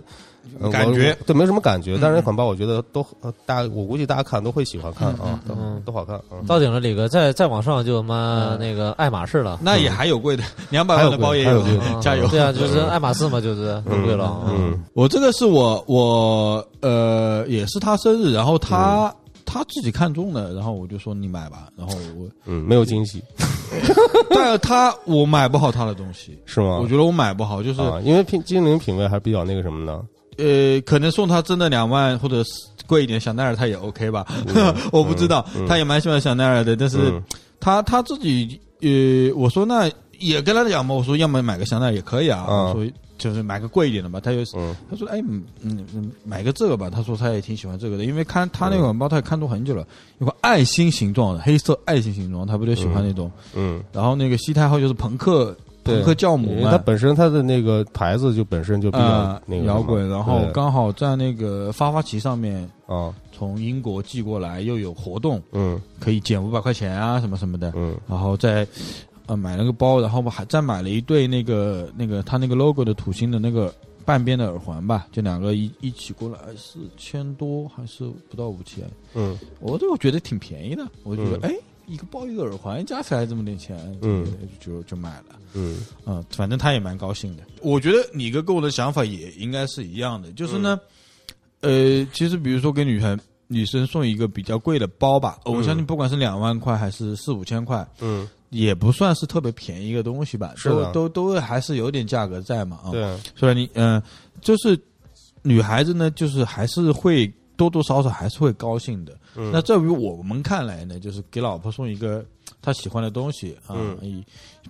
[SPEAKER 2] 呃
[SPEAKER 3] 感觉嗯
[SPEAKER 2] 我对，没有什么感觉。但是那款包，我觉得都呃大家，我估计大家看都会喜欢看啊，都
[SPEAKER 4] 嗯
[SPEAKER 2] 都好看啊。
[SPEAKER 4] 到顶了，李哥，再再往上就妈那个爱马仕了，
[SPEAKER 3] 那也还有贵的，两百万的包也
[SPEAKER 2] 还有贵还有贵
[SPEAKER 4] 嗯
[SPEAKER 3] 加油！
[SPEAKER 4] 对啊，就是爱马仕嘛，就是更贵了，嗯
[SPEAKER 2] 嗯，
[SPEAKER 3] 我这个是我我呃也是他生日，然后他、他自己看中的，然后我就说你买吧，然后我
[SPEAKER 2] 嗯，没有惊喜
[SPEAKER 3] 但是他我买不好他的东西，
[SPEAKER 2] 是吗？
[SPEAKER 3] 我觉得我买不好，就是、
[SPEAKER 2] 啊，因为品精灵品味还比较那个什么呢？
[SPEAKER 3] 呃可能送他真的两万或者是贵一点香奈儿他也 OK 吧， *laughs* 我不知道，他也蛮喜欢香奈儿的，但是
[SPEAKER 2] 嗯
[SPEAKER 3] 他他自己呃我说那也跟他讲嘛，我说要么买个香奈儿也可以啊，
[SPEAKER 2] 嗯
[SPEAKER 3] 我说就是买个贵一点的吧，他就
[SPEAKER 2] 嗯
[SPEAKER 3] 他说：“哎，嗯嗯，嗯买个这个吧。”他说他也挺喜欢这个的，因为看他
[SPEAKER 2] 嗯
[SPEAKER 3] 那款包，他也看中很久了，有个爱心形状的黑色爱心形状，他不就喜欢那种？
[SPEAKER 2] 嗯，
[SPEAKER 3] 然后那个西太后就是朋克朋克教母
[SPEAKER 2] 因为它
[SPEAKER 3] 嘛，
[SPEAKER 2] 本身它的那个牌子就本身就比较
[SPEAKER 3] 啊、
[SPEAKER 2] 那个
[SPEAKER 3] 摇滚，
[SPEAKER 2] 什么
[SPEAKER 3] 然后
[SPEAKER 2] 对
[SPEAKER 3] 刚好在那个发发奇上面
[SPEAKER 2] 啊
[SPEAKER 3] 从英国寄过来，又有活动
[SPEAKER 2] 嗯
[SPEAKER 3] 可以减五百块钱啊，什么什么的，
[SPEAKER 2] 嗯
[SPEAKER 3] 然后再。呃，买了个包，然后我还再买了一对那个那个他那个 logo 的土星的那个半边的耳环吧，就两个一一起过来，四千多还是不到五千，
[SPEAKER 2] 嗯
[SPEAKER 3] 我就觉得挺便宜的，我就觉得
[SPEAKER 2] 嗯
[SPEAKER 3] 哎、一个包一个耳环加起来这么点钱，
[SPEAKER 2] 嗯
[SPEAKER 3] 就，就就买了。
[SPEAKER 2] 嗯
[SPEAKER 3] 嗯，反正他也蛮高兴的。我觉得你跟跟我的想法也应该是一样的，就是呢，
[SPEAKER 2] 嗯
[SPEAKER 3] 呃，其实比如说给女孩女生送一个比较贵的包吧，呃我相信不管是两万块还是四五千块，
[SPEAKER 2] 嗯，
[SPEAKER 3] 也不算是特别便宜一个东西吧，
[SPEAKER 2] 是
[SPEAKER 3] 都
[SPEAKER 2] 的
[SPEAKER 3] 都都还是有点价格在嘛啊。
[SPEAKER 2] 对，
[SPEAKER 3] 虽然你嗯、就是女孩子呢，就是还是会多多少少还是会高兴的。
[SPEAKER 2] 嗯
[SPEAKER 3] 那在于我们看来呢，就是给老婆送一个她喜欢的东西啊，
[SPEAKER 2] 嗯
[SPEAKER 3] 以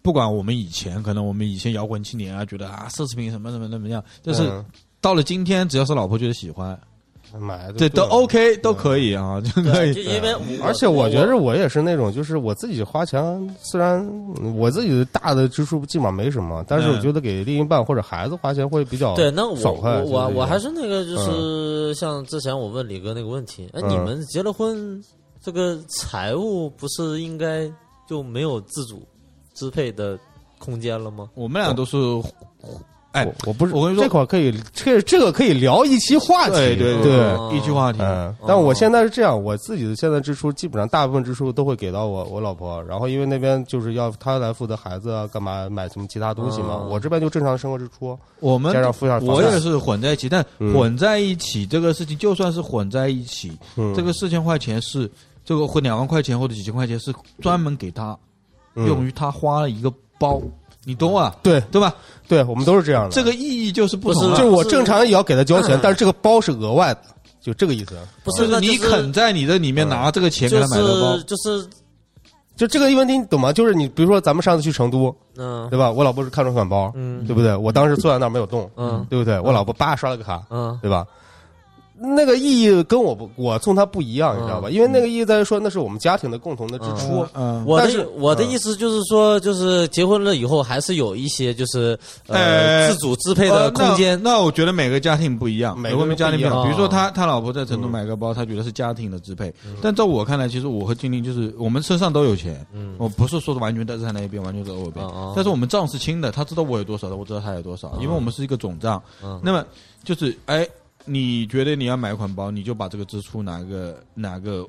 [SPEAKER 3] 不管我们以前可能我们以前摇滚青年啊，觉得啊奢侈品什么什么怎么样，但是
[SPEAKER 2] 嗯
[SPEAKER 3] 到了今天，只要是老婆觉得喜欢，
[SPEAKER 2] 买的
[SPEAKER 3] 这都
[SPEAKER 2] 对了啊嗯
[SPEAKER 3] OK 都可以啊，就可
[SPEAKER 4] 对，就
[SPEAKER 3] 以。
[SPEAKER 4] 因为我
[SPEAKER 2] 哎而且我觉得我也是那种，就是我自己花钱，虽然嗯我自己的大的支出基本上没什么，但是我
[SPEAKER 3] 嗯
[SPEAKER 2] 觉得给另一半或者孩子花钱会比
[SPEAKER 3] 哦
[SPEAKER 2] 较
[SPEAKER 4] 对，那我
[SPEAKER 2] 爽快。
[SPEAKER 3] 啊
[SPEAKER 4] 我我我还
[SPEAKER 2] 是
[SPEAKER 4] 是那个，
[SPEAKER 3] 嗯
[SPEAKER 4] 就是像之前我问李哥那个问题，哎，
[SPEAKER 2] 嗯
[SPEAKER 4] 你们结了婚，这个财务不是应该就没有自主支配的空间了吗？
[SPEAKER 3] 我们俩都是哎
[SPEAKER 2] 我我不是
[SPEAKER 3] 我跟你说
[SPEAKER 2] 这块儿可以这这个可以聊一期话题，
[SPEAKER 3] 对对
[SPEAKER 2] 对。
[SPEAKER 4] 嗯
[SPEAKER 3] 一句话题，
[SPEAKER 2] 嗯，但我现在是这样，我自己的现在支出基本上大部分支出都会给到我我老婆，然后因为那边就是要她来负责孩子啊，干嘛买什么其他东西嘛，
[SPEAKER 4] 嗯
[SPEAKER 2] 我这边就正常生活支出，
[SPEAKER 3] 我们
[SPEAKER 2] 加上付一下房
[SPEAKER 3] 我也
[SPEAKER 2] 贷，
[SPEAKER 3] 是混在一起，但
[SPEAKER 2] 嗯
[SPEAKER 3] 混在一起这个事情，就算是混在一起，
[SPEAKER 2] 嗯
[SPEAKER 3] 这个四千块钱是这个或两万块钱或者几千块钱是专门给他、用
[SPEAKER 2] 于
[SPEAKER 3] 于他花了一个包，你懂啊？
[SPEAKER 2] 嗯对
[SPEAKER 3] 对吧？
[SPEAKER 2] 对，我们都是这样的。嗯
[SPEAKER 3] 这个意义就是不同
[SPEAKER 4] 不
[SPEAKER 2] 就是
[SPEAKER 3] 了。
[SPEAKER 2] 我正常也要给他交 *clears throat* 钱
[SPEAKER 4] 嗯，
[SPEAKER 2] 但是这个包是额外的，就这个意思。
[SPEAKER 4] 不，
[SPEAKER 3] 哦就是是
[SPEAKER 4] 那就
[SPEAKER 3] 你
[SPEAKER 4] 是
[SPEAKER 3] 肯在你的里面拿这个钱给
[SPEAKER 4] 就
[SPEAKER 3] 他买的包，
[SPEAKER 4] 是就是
[SPEAKER 2] 就这个问题你懂吗？就是你比如说咱们上次去成都，
[SPEAKER 4] 嗯
[SPEAKER 2] 对吧？我老婆是看着款包，
[SPEAKER 4] 嗯
[SPEAKER 2] 对不对？我当时坐在那儿没有动，
[SPEAKER 4] 嗯
[SPEAKER 2] 对不对？我老婆叭刷了个卡，
[SPEAKER 4] 嗯
[SPEAKER 2] 对吧？那个意义跟我不我送她不一
[SPEAKER 4] 嗯
[SPEAKER 2] 样，你知道吧？因为那个意义在于说那是我们家庭的共同的支出，
[SPEAKER 3] 嗯，
[SPEAKER 4] 我
[SPEAKER 2] 但是
[SPEAKER 4] 的我的
[SPEAKER 2] 嗯
[SPEAKER 4] 意思就是说，就是结婚了以后，还是有一些就是
[SPEAKER 3] 呃
[SPEAKER 4] 呃自主支配的空间。
[SPEAKER 3] 那。那我觉得每个家庭不一样，
[SPEAKER 2] 每
[SPEAKER 3] 每
[SPEAKER 2] 个人
[SPEAKER 3] 个家庭不
[SPEAKER 2] 不
[SPEAKER 3] 一
[SPEAKER 2] 一
[SPEAKER 3] 样。
[SPEAKER 4] 样
[SPEAKER 3] 比如说他他老婆在成都买个包，他觉得是家庭的支配。但在我看来，其实我和金玲就是我们身上都有钱，我不是说完全站在那一边，完全在我一边
[SPEAKER 4] 嗯嗯。
[SPEAKER 3] 但是我们账是清的，他知道我有多少的，我知道他有多少，因为我们是一个总账。
[SPEAKER 4] 嗯
[SPEAKER 3] 那么就是哎，你觉得你要买一款包，你就把这个支出拿个拿个。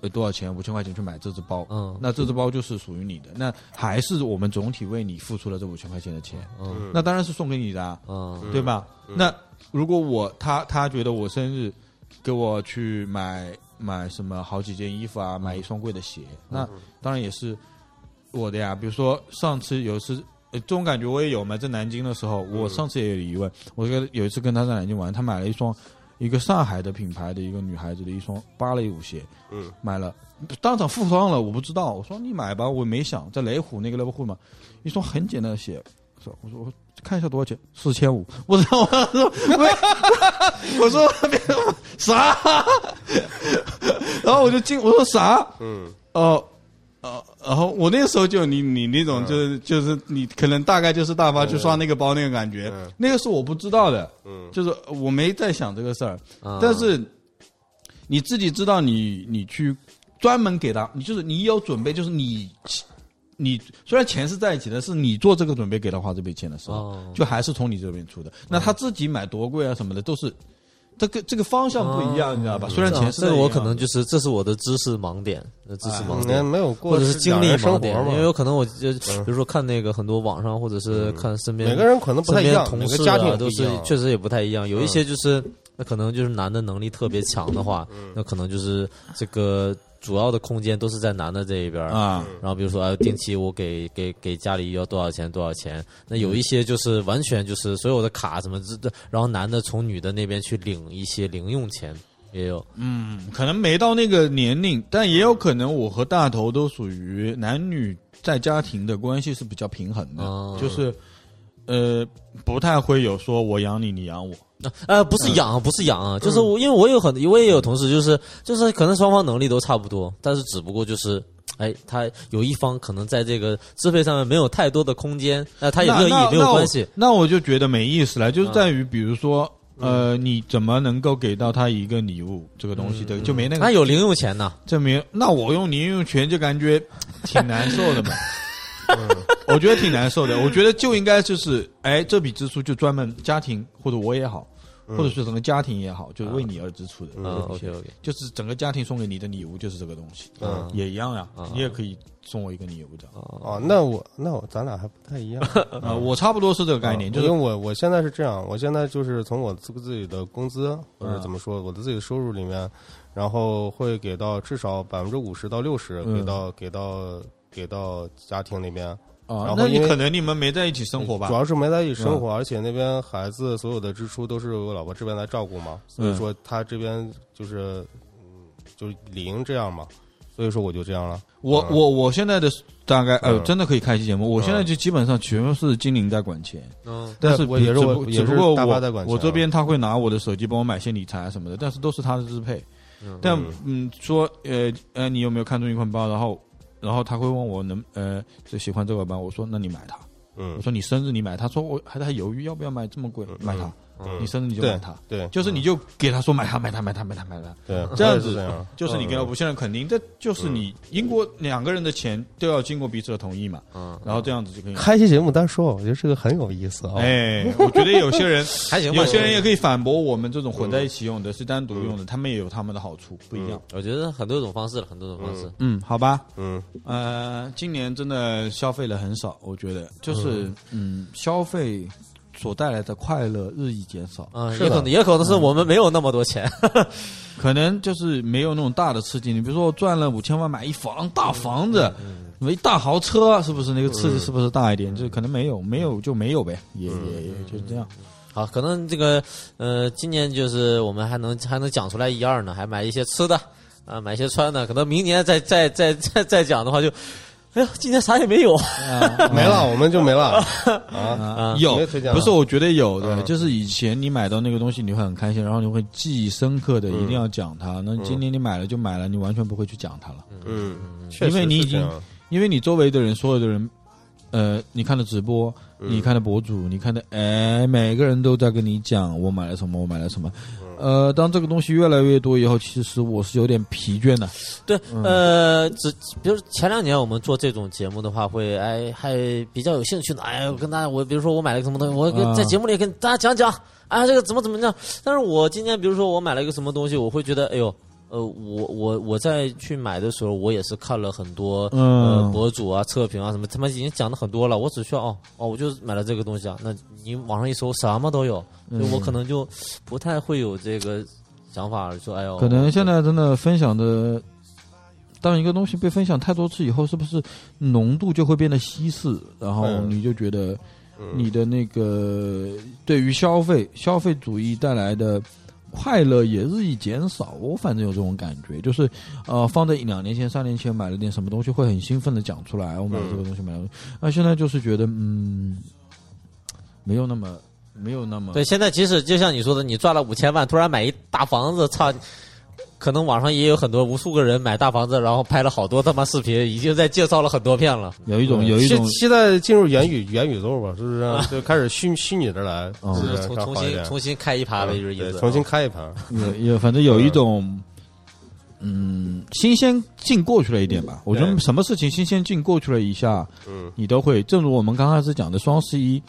[SPEAKER 3] 呃，多少钱？五千块钱去买这只包，
[SPEAKER 4] 嗯
[SPEAKER 3] 那这只包就是属于你的，那还是我们总体为你付出了这五千块钱的钱，
[SPEAKER 4] 嗯
[SPEAKER 3] 那当然是送给你的、啊，
[SPEAKER 4] 嗯
[SPEAKER 3] 对吧？那如果我他他觉得我生日，给我去买买什么好几件衣服啊，买一双贵的鞋，那当然也是我的呀。比如说上次有一次。呃这种感觉我也有嘛，在南京的时候，我上次也有疑问。我跟有一次跟他在南京玩，他买了一双一个上海的品牌的一个女孩子的一双芭蕾舞鞋，
[SPEAKER 2] 嗯，
[SPEAKER 3] 买了，当场付上了，我不知道。我说你买吧，我没想在雷虎那个乐部会嘛，一双很简单的鞋，我说我说我看一下多少钱，四千五。我说我说喂我说 *laughs* 别啥， *laughs* 然后我就进我说啥，
[SPEAKER 2] 嗯
[SPEAKER 3] 哦、哦，然后我那时候就有你你那
[SPEAKER 2] 嗯
[SPEAKER 3] 种就是、就是你可能大概就是大发去刷那个包那个感觉，
[SPEAKER 2] 嗯
[SPEAKER 3] 那个是我不知道的，
[SPEAKER 2] 嗯
[SPEAKER 3] 就是我没在想这个事儿，
[SPEAKER 4] 啊
[SPEAKER 3] 但是你自己知道你你去专门给他，你就是你有准备，就是你你虽然钱是在一起的，是你做这个准备给他花这笔钱的时候，
[SPEAKER 4] 哦嗯
[SPEAKER 3] 就还是从你这边出的，那他自己买多贵啊什么的都是。这个这个方向不一样，你知道吧？虽然钱是
[SPEAKER 4] 哦嗯这
[SPEAKER 3] 在
[SPEAKER 4] 个
[SPEAKER 3] 一
[SPEAKER 4] 我
[SPEAKER 3] 样
[SPEAKER 4] 可能
[SPEAKER 3] 的
[SPEAKER 4] 就是这是我的知识盲点，呃知识盲
[SPEAKER 2] 没
[SPEAKER 4] 点。
[SPEAKER 2] 没有哎过
[SPEAKER 4] 或者是经历
[SPEAKER 2] 两人
[SPEAKER 4] 盲
[SPEAKER 2] 生
[SPEAKER 4] 点
[SPEAKER 2] 活，嘛嗯
[SPEAKER 4] 因为，有可能我就比如说看那个很多网上，或者是看身边
[SPEAKER 2] 每个人可能不太一样，
[SPEAKER 4] 身
[SPEAKER 2] 每
[SPEAKER 4] 边
[SPEAKER 2] 个
[SPEAKER 4] 同事
[SPEAKER 2] 家庭
[SPEAKER 4] 啊
[SPEAKER 2] 也不
[SPEAKER 4] 都
[SPEAKER 2] 一
[SPEAKER 4] 是
[SPEAKER 2] 样嗯
[SPEAKER 4] 确实也不太一样，有一些就是那可能就是男的能力特别强的话，
[SPEAKER 2] 嗯
[SPEAKER 4] 那可能就是这个主要的空间都是在男的这一边
[SPEAKER 2] 嗯
[SPEAKER 4] 儿。
[SPEAKER 3] 啊，
[SPEAKER 4] 然后比如说，哎，定期我给给给家里要多少钱多少钱？那有一些就是完全就是所有的卡什么之的，然后男的从女的那边去领一些零用钱，也有。
[SPEAKER 3] 嗯可能没到那个年龄，但也有可能我和大头都属于男女在家庭的关系是比较平衡的，
[SPEAKER 4] 哦
[SPEAKER 3] 就是呃不太会有说我养你，你养我。
[SPEAKER 4] 呃，不
[SPEAKER 3] 嗯
[SPEAKER 4] 是养，不是养啊，就是我，因为我有很，我也有同事，就是就是可能双方能力都差不多，但是只不过就是，哎，他有一方可能在这个支配上面没有太多的空间，那他也乐
[SPEAKER 3] 那那
[SPEAKER 4] 意，没有关系。嗯
[SPEAKER 3] 那我。那我就觉得没意思了，就是在于比如说。呃，你怎么能够给到他一个礼物这个东西
[SPEAKER 4] 嗯
[SPEAKER 3] 的，就没那
[SPEAKER 4] 他
[SPEAKER 3] 个
[SPEAKER 4] 有零用钱呐，
[SPEAKER 2] *laughs*
[SPEAKER 3] 证明？那我用零用钱就感觉挺难受的嘛。嗯我觉得挺难受的。我觉得就应该就是，哎，这笔支出就专门家庭或者我也好，
[SPEAKER 2] 嗯
[SPEAKER 3] 或者是整个家庭也好，就是为你而支出的。
[SPEAKER 4] 嗯，OK OK，
[SPEAKER 3] 就是整个家庭送给你的礼物就是这个东西，
[SPEAKER 2] 嗯
[SPEAKER 3] 也一样呀
[SPEAKER 4] 嗯，
[SPEAKER 3] 你也可以送我一个礼物的。
[SPEAKER 2] 哦，那我那我咱俩还不太一样，
[SPEAKER 3] 啊，我差不多是这个 *laughs* 概念，
[SPEAKER 2] 嗯
[SPEAKER 3] 就
[SPEAKER 2] 因为
[SPEAKER 3] 是
[SPEAKER 2] 我我现在是这样，我现在就是从我自自己的工资或者
[SPEAKER 3] 嗯
[SPEAKER 2] 怎么说，我的自己的收入里面，然后会给到至少百分之五十到六十，
[SPEAKER 3] 嗯
[SPEAKER 2] 给到给到给到家庭那边。
[SPEAKER 3] 啊
[SPEAKER 2] 然后，
[SPEAKER 3] 那你
[SPEAKER 2] 因为
[SPEAKER 3] 可能你们没在一起生活吧嗯
[SPEAKER 2] 主？要是没在一起生活，而且那边孩子所有的支出都是我老婆这边来照顾嘛，所
[SPEAKER 3] 嗯
[SPEAKER 2] 以说她这边就是嗯，就是理应这样嘛，所以说我就这样了。
[SPEAKER 3] 我
[SPEAKER 2] 嗯
[SPEAKER 3] 我我现在的大概呃，
[SPEAKER 2] 嗯
[SPEAKER 3] 真的可以开一期节目。我现在就基本上全部是精灵在管钱，
[SPEAKER 4] 嗯
[SPEAKER 3] 但是
[SPEAKER 2] 我也
[SPEAKER 3] 只
[SPEAKER 2] 是
[SPEAKER 3] 不
[SPEAKER 2] 我也
[SPEAKER 3] 只
[SPEAKER 2] 是
[SPEAKER 3] 不过
[SPEAKER 2] 大
[SPEAKER 3] 我
[SPEAKER 2] 发在管钱啊
[SPEAKER 3] 我这边他会拿我的手机帮我买些理财啊什么的，但是都是他的支配。
[SPEAKER 4] 嗯
[SPEAKER 3] 但嗯，说呃呃，你有没有看中一款包？然后然后他会问我能呃就喜欢这款包，我说那你买它。
[SPEAKER 2] 嗯
[SPEAKER 3] 我，说你生日你买它，他说我还在犹豫要不要买这么贵
[SPEAKER 2] 嗯，
[SPEAKER 3] 买它。
[SPEAKER 2] 嗯
[SPEAKER 3] 你生日你就
[SPEAKER 2] 对
[SPEAKER 3] 买它，
[SPEAKER 2] 对
[SPEAKER 3] 就是你就给他说买它买它买它买它买它，
[SPEAKER 2] 对，
[SPEAKER 3] 这
[SPEAKER 2] 我
[SPEAKER 3] 样
[SPEAKER 2] 也是
[SPEAKER 3] 子
[SPEAKER 2] 这样。
[SPEAKER 3] 就是你跟老婆现在肯定，这就是你英国两个人的钱都要经过彼此的同意嘛，
[SPEAKER 4] 嗯，
[SPEAKER 3] 然后这样子就可
[SPEAKER 2] *laughs*
[SPEAKER 3] 以。
[SPEAKER 2] 开期节目单说，我觉得这个很有意思啊。
[SPEAKER 3] 哎，我觉得有些人，
[SPEAKER 4] 还行吧，
[SPEAKER 3] 有些人也可以反驳我们这种混在一起用的，是单独用的，他们也有他们的好处，不一样。
[SPEAKER 4] 我觉得很多种方式了，很多种方式。
[SPEAKER 3] 嗯，好吧，
[SPEAKER 2] 嗯，
[SPEAKER 3] 呃，今年真的消费了很少，我觉得就是嗯，消费所带来的快乐日益减少，
[SPEAKER 4] 嗯，
[SPEAKER 2] 是
[SPEAKER 4] 也可
[SPEAKER 2] 的
[SPEAKER 4] 能也可能是我们没有那么多钱， *laughs*
[SPEAKER 3] 可能就是没有那种大的刺激。你比如说，我赚了五千万买一房大房子，什么一大豪车，是不是那个刺激是不是大一点？就是可能没有，没有就没有呗，也也也就是这样。
[SPEAKER 4] 好，可能这个呃，今年就是我们还能还能讲出来一二呢，还买一些吃的啊，买一些穿的，可能明年再再再再再讲的话就，哎呀，今年啥也没有。
[SPEAKER 2] 没了，我们就没了啊。
[SPEAKER 3] 啊
[SPEAKER 4] 啊
[SPEAKER 3] 有
[SPEAKER 2] 没推荐啊
[SPEAKER 3] 不是？我觉得有的，
[SPEAKER 2] 嗯
[SPEAKER 3] 就是以前你买到那个东西，你会很开心，然后你会记忆深刻的，一定要讲它。那今天你买了就买了，你完全不会去讲它了，
[SPEAKER 2] *laughs* 嗯，确
[SPEAKER 3] 因
[SPEAKER 2] 实
[SPEAKER 3] 为你
[SPEAKER 2] 是
[SPEAKER 3] 已
[SPEAKER 2] 这
[SPEAKER 3] 经
[SPEAKER 2] 样，
[SPEAKER 3] 因为你周围的人，所有的人，呃，你看的直播，你看的博主，你看的，哎，每个人都在跟你讲我买了什么，我买了什么。呃，当这个东西越来越多以后，其实我是有点疲倦的。
[SPEAKER 4] 对，
[SPEAKER 3] 嗯
[SPEAKER 4] 呃，只比如前两年我们做这种节目的话，会哎还比较有兴趣呢。哎，我跟大家，我比如说我买了个什么东西，我跟、
[SPEAKER 3] 啊
[SPEAKER 4] 在节目里跟大家讲讲，啊，这个怎么怎么样。但是我今天比如说我买了一个什么东西，我会觉得，哎呦。呃，我我我在去买的时候，我也是看了很多、
[SPEAKER 3] 嗯
[SPEAKER 4] 呃博主啊、测评啊什么，他们已经讲的很多了。我只需要哦哦，我就买了这个东西啊。那你网上一搜，什么都有，所
[SPEAKER 3] 嗯
[SPEAKER 4] 以我可能就不太会有这个想法，说哎呦，
[SPEAKER 3] 可能现在真的分享的，当一个东西被分享太多次以后，是不是浓度就会变得稀释？然后
[SPEAKER 2] 嗯
[SPEAKER 3] 你就觉得你的那个对于消费消费主义带来的。快乐也日益减少，我反正有这种感觉，就是，呃，放在一两年前、三年前买了点什么东西，会很兴奋的讲出来，我买了这个东西，买了这个东西。那现在就是觉得，嗯，没有那么，没有那么，
[SPEAKER 4] 对，现在即使就像你说的，你赚了五千万，突然买一大房子，操！可能网上也有很多无数个人买大房子，然后拍了好多他妈视频，已经在介绍了很多遍了。
[SPEAKER 3] 有一种，有一
[SPEAKER 2] 期
[SPEAKER 3] 种啊
[SPEAKER 2] 期待进入元宇元宇宙吧，是不是？就开始虚虚拟的来，
[SPEAKER 3] 嗯
[SPEAKER 2] 是不
[SPEAKER 4] 就是
[SPEAKER 2] 是这
[SPEAKER 4] 重
[SPEAKER 2] 样
[SPEAKER 4] 重
[SPEAKER 2] 好一
[SPEAKER 4] 新
[SPEAKER 2] 点
[SPEAKER 4] 重新开一盘了，就是意
[SPEAKER 2] 嗯对
[SPEAKER 4] 思。，
[SPEAKER 2] 重新开一盘。
[SPEAKER 3] 也也，反正 *laughs* 有一种，嗯，新鲜劲过去了一点吧。我觉得
[SPEAKER 2] 对
[SPEAKER 3] 什么事情新鲜劲过去了一下，
[SPEAKER 2] 嗯
[SPEAKER 3] 你都会。正如我们刚开始讲的双十一，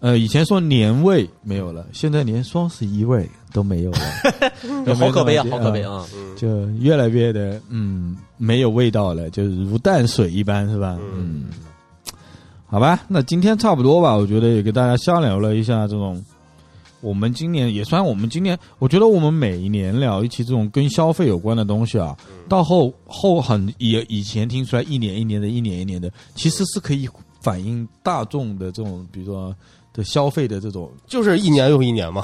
[SPEAKER 3] 呃，以前说年味没有了，现在连双十一味都没有了
[SPEAKER 4] *laughs* 好可悲啊，好可悲
[SPEAKER 3] 啊！
[SPEAKER 4] 啊！
[SPEAKER 2] 嗯
[SPEAKER 3] 就越来越的，嗯，没有味道了，就是如淡水一般，是吧？
[SPEAKER 2] 嗯
[SPEAKER 3] 嗯，好吧，那今天差不多吧，我觉得也给大家瞎聊了一下这种，我们今年也算我们今年，我觉得我们每一年聊一期这种跟消费有关的东西啊，到后后很以以前听出来一年一年的，一年一年的，其实是可以反映大众的这种，比如说的消费的这种
[SPEAKER 2] 就是一年又一年嘛，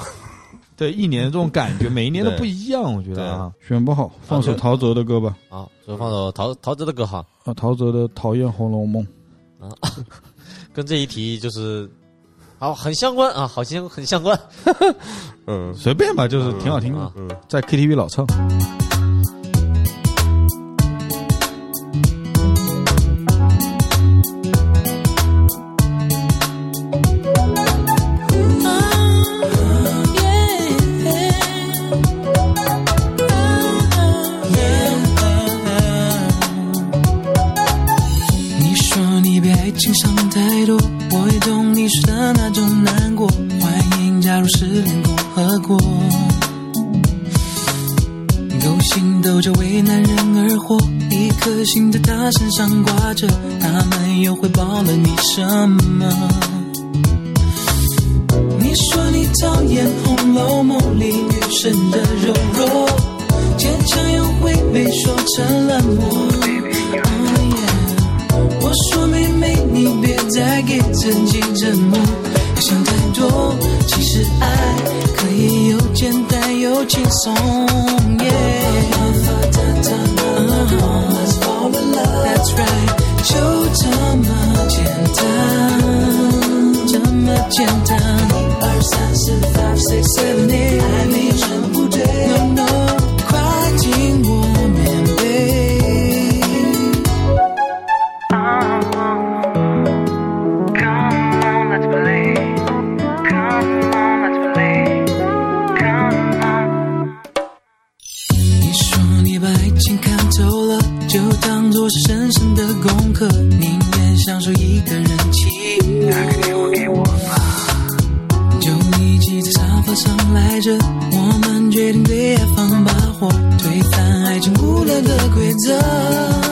[SPEAKER 3] 对一年的这种感觉，每一年都
[SPEAKER 2] 对
[SPEAKER 3] 不一样，我觉得啊，选不好，放首
[SPEAKER 4] 对
[SPEAKER 3] 陶喆的歌吧，
[SPEAKER 4] 啊，就放首陶陶喆的歌哈，
[SPEAKER 3] 啊，陶喆的《讨厌红楼梦》。
[SPEAKER 4] 跟这一题就是，好很相关啊，好像很相关。
[SPEAKER 2] 嗯
[SPEAKER 3] 随便吧，就是挺好听的
[SPEAKER 4] 嗯，
[SPEAKER 2] 嗯，
[SPEAKER 3] 在 KTV 老唱。
[SPEAKER 5] 你说你被爱情伤过。勾心斗角为难人而活，一颗心在他身上挂着，他们又回报了你什么？你说你讨厌《红楼梦》里女神的柔弱，坚强又会被说成冷漠。Oh yeah 我说妹妹，你别再给自己折磨，别想太多。其实爱可以又简单又轻松。That's right，就这么简单，这么简单。一二三四，five six seven eight，爱没什么不对，no no，快进我棉被。
[SPEAKER 6] Come on, let's play. Come on, let's play. Come on.
[SPEAKER 5] 你说你把爱情看透了，就当作是神圣的功课，宁愿享受一个人寂寞。就一起在沙发上赖着，我们决定对爱放把火，推翻爱情无聊的规则。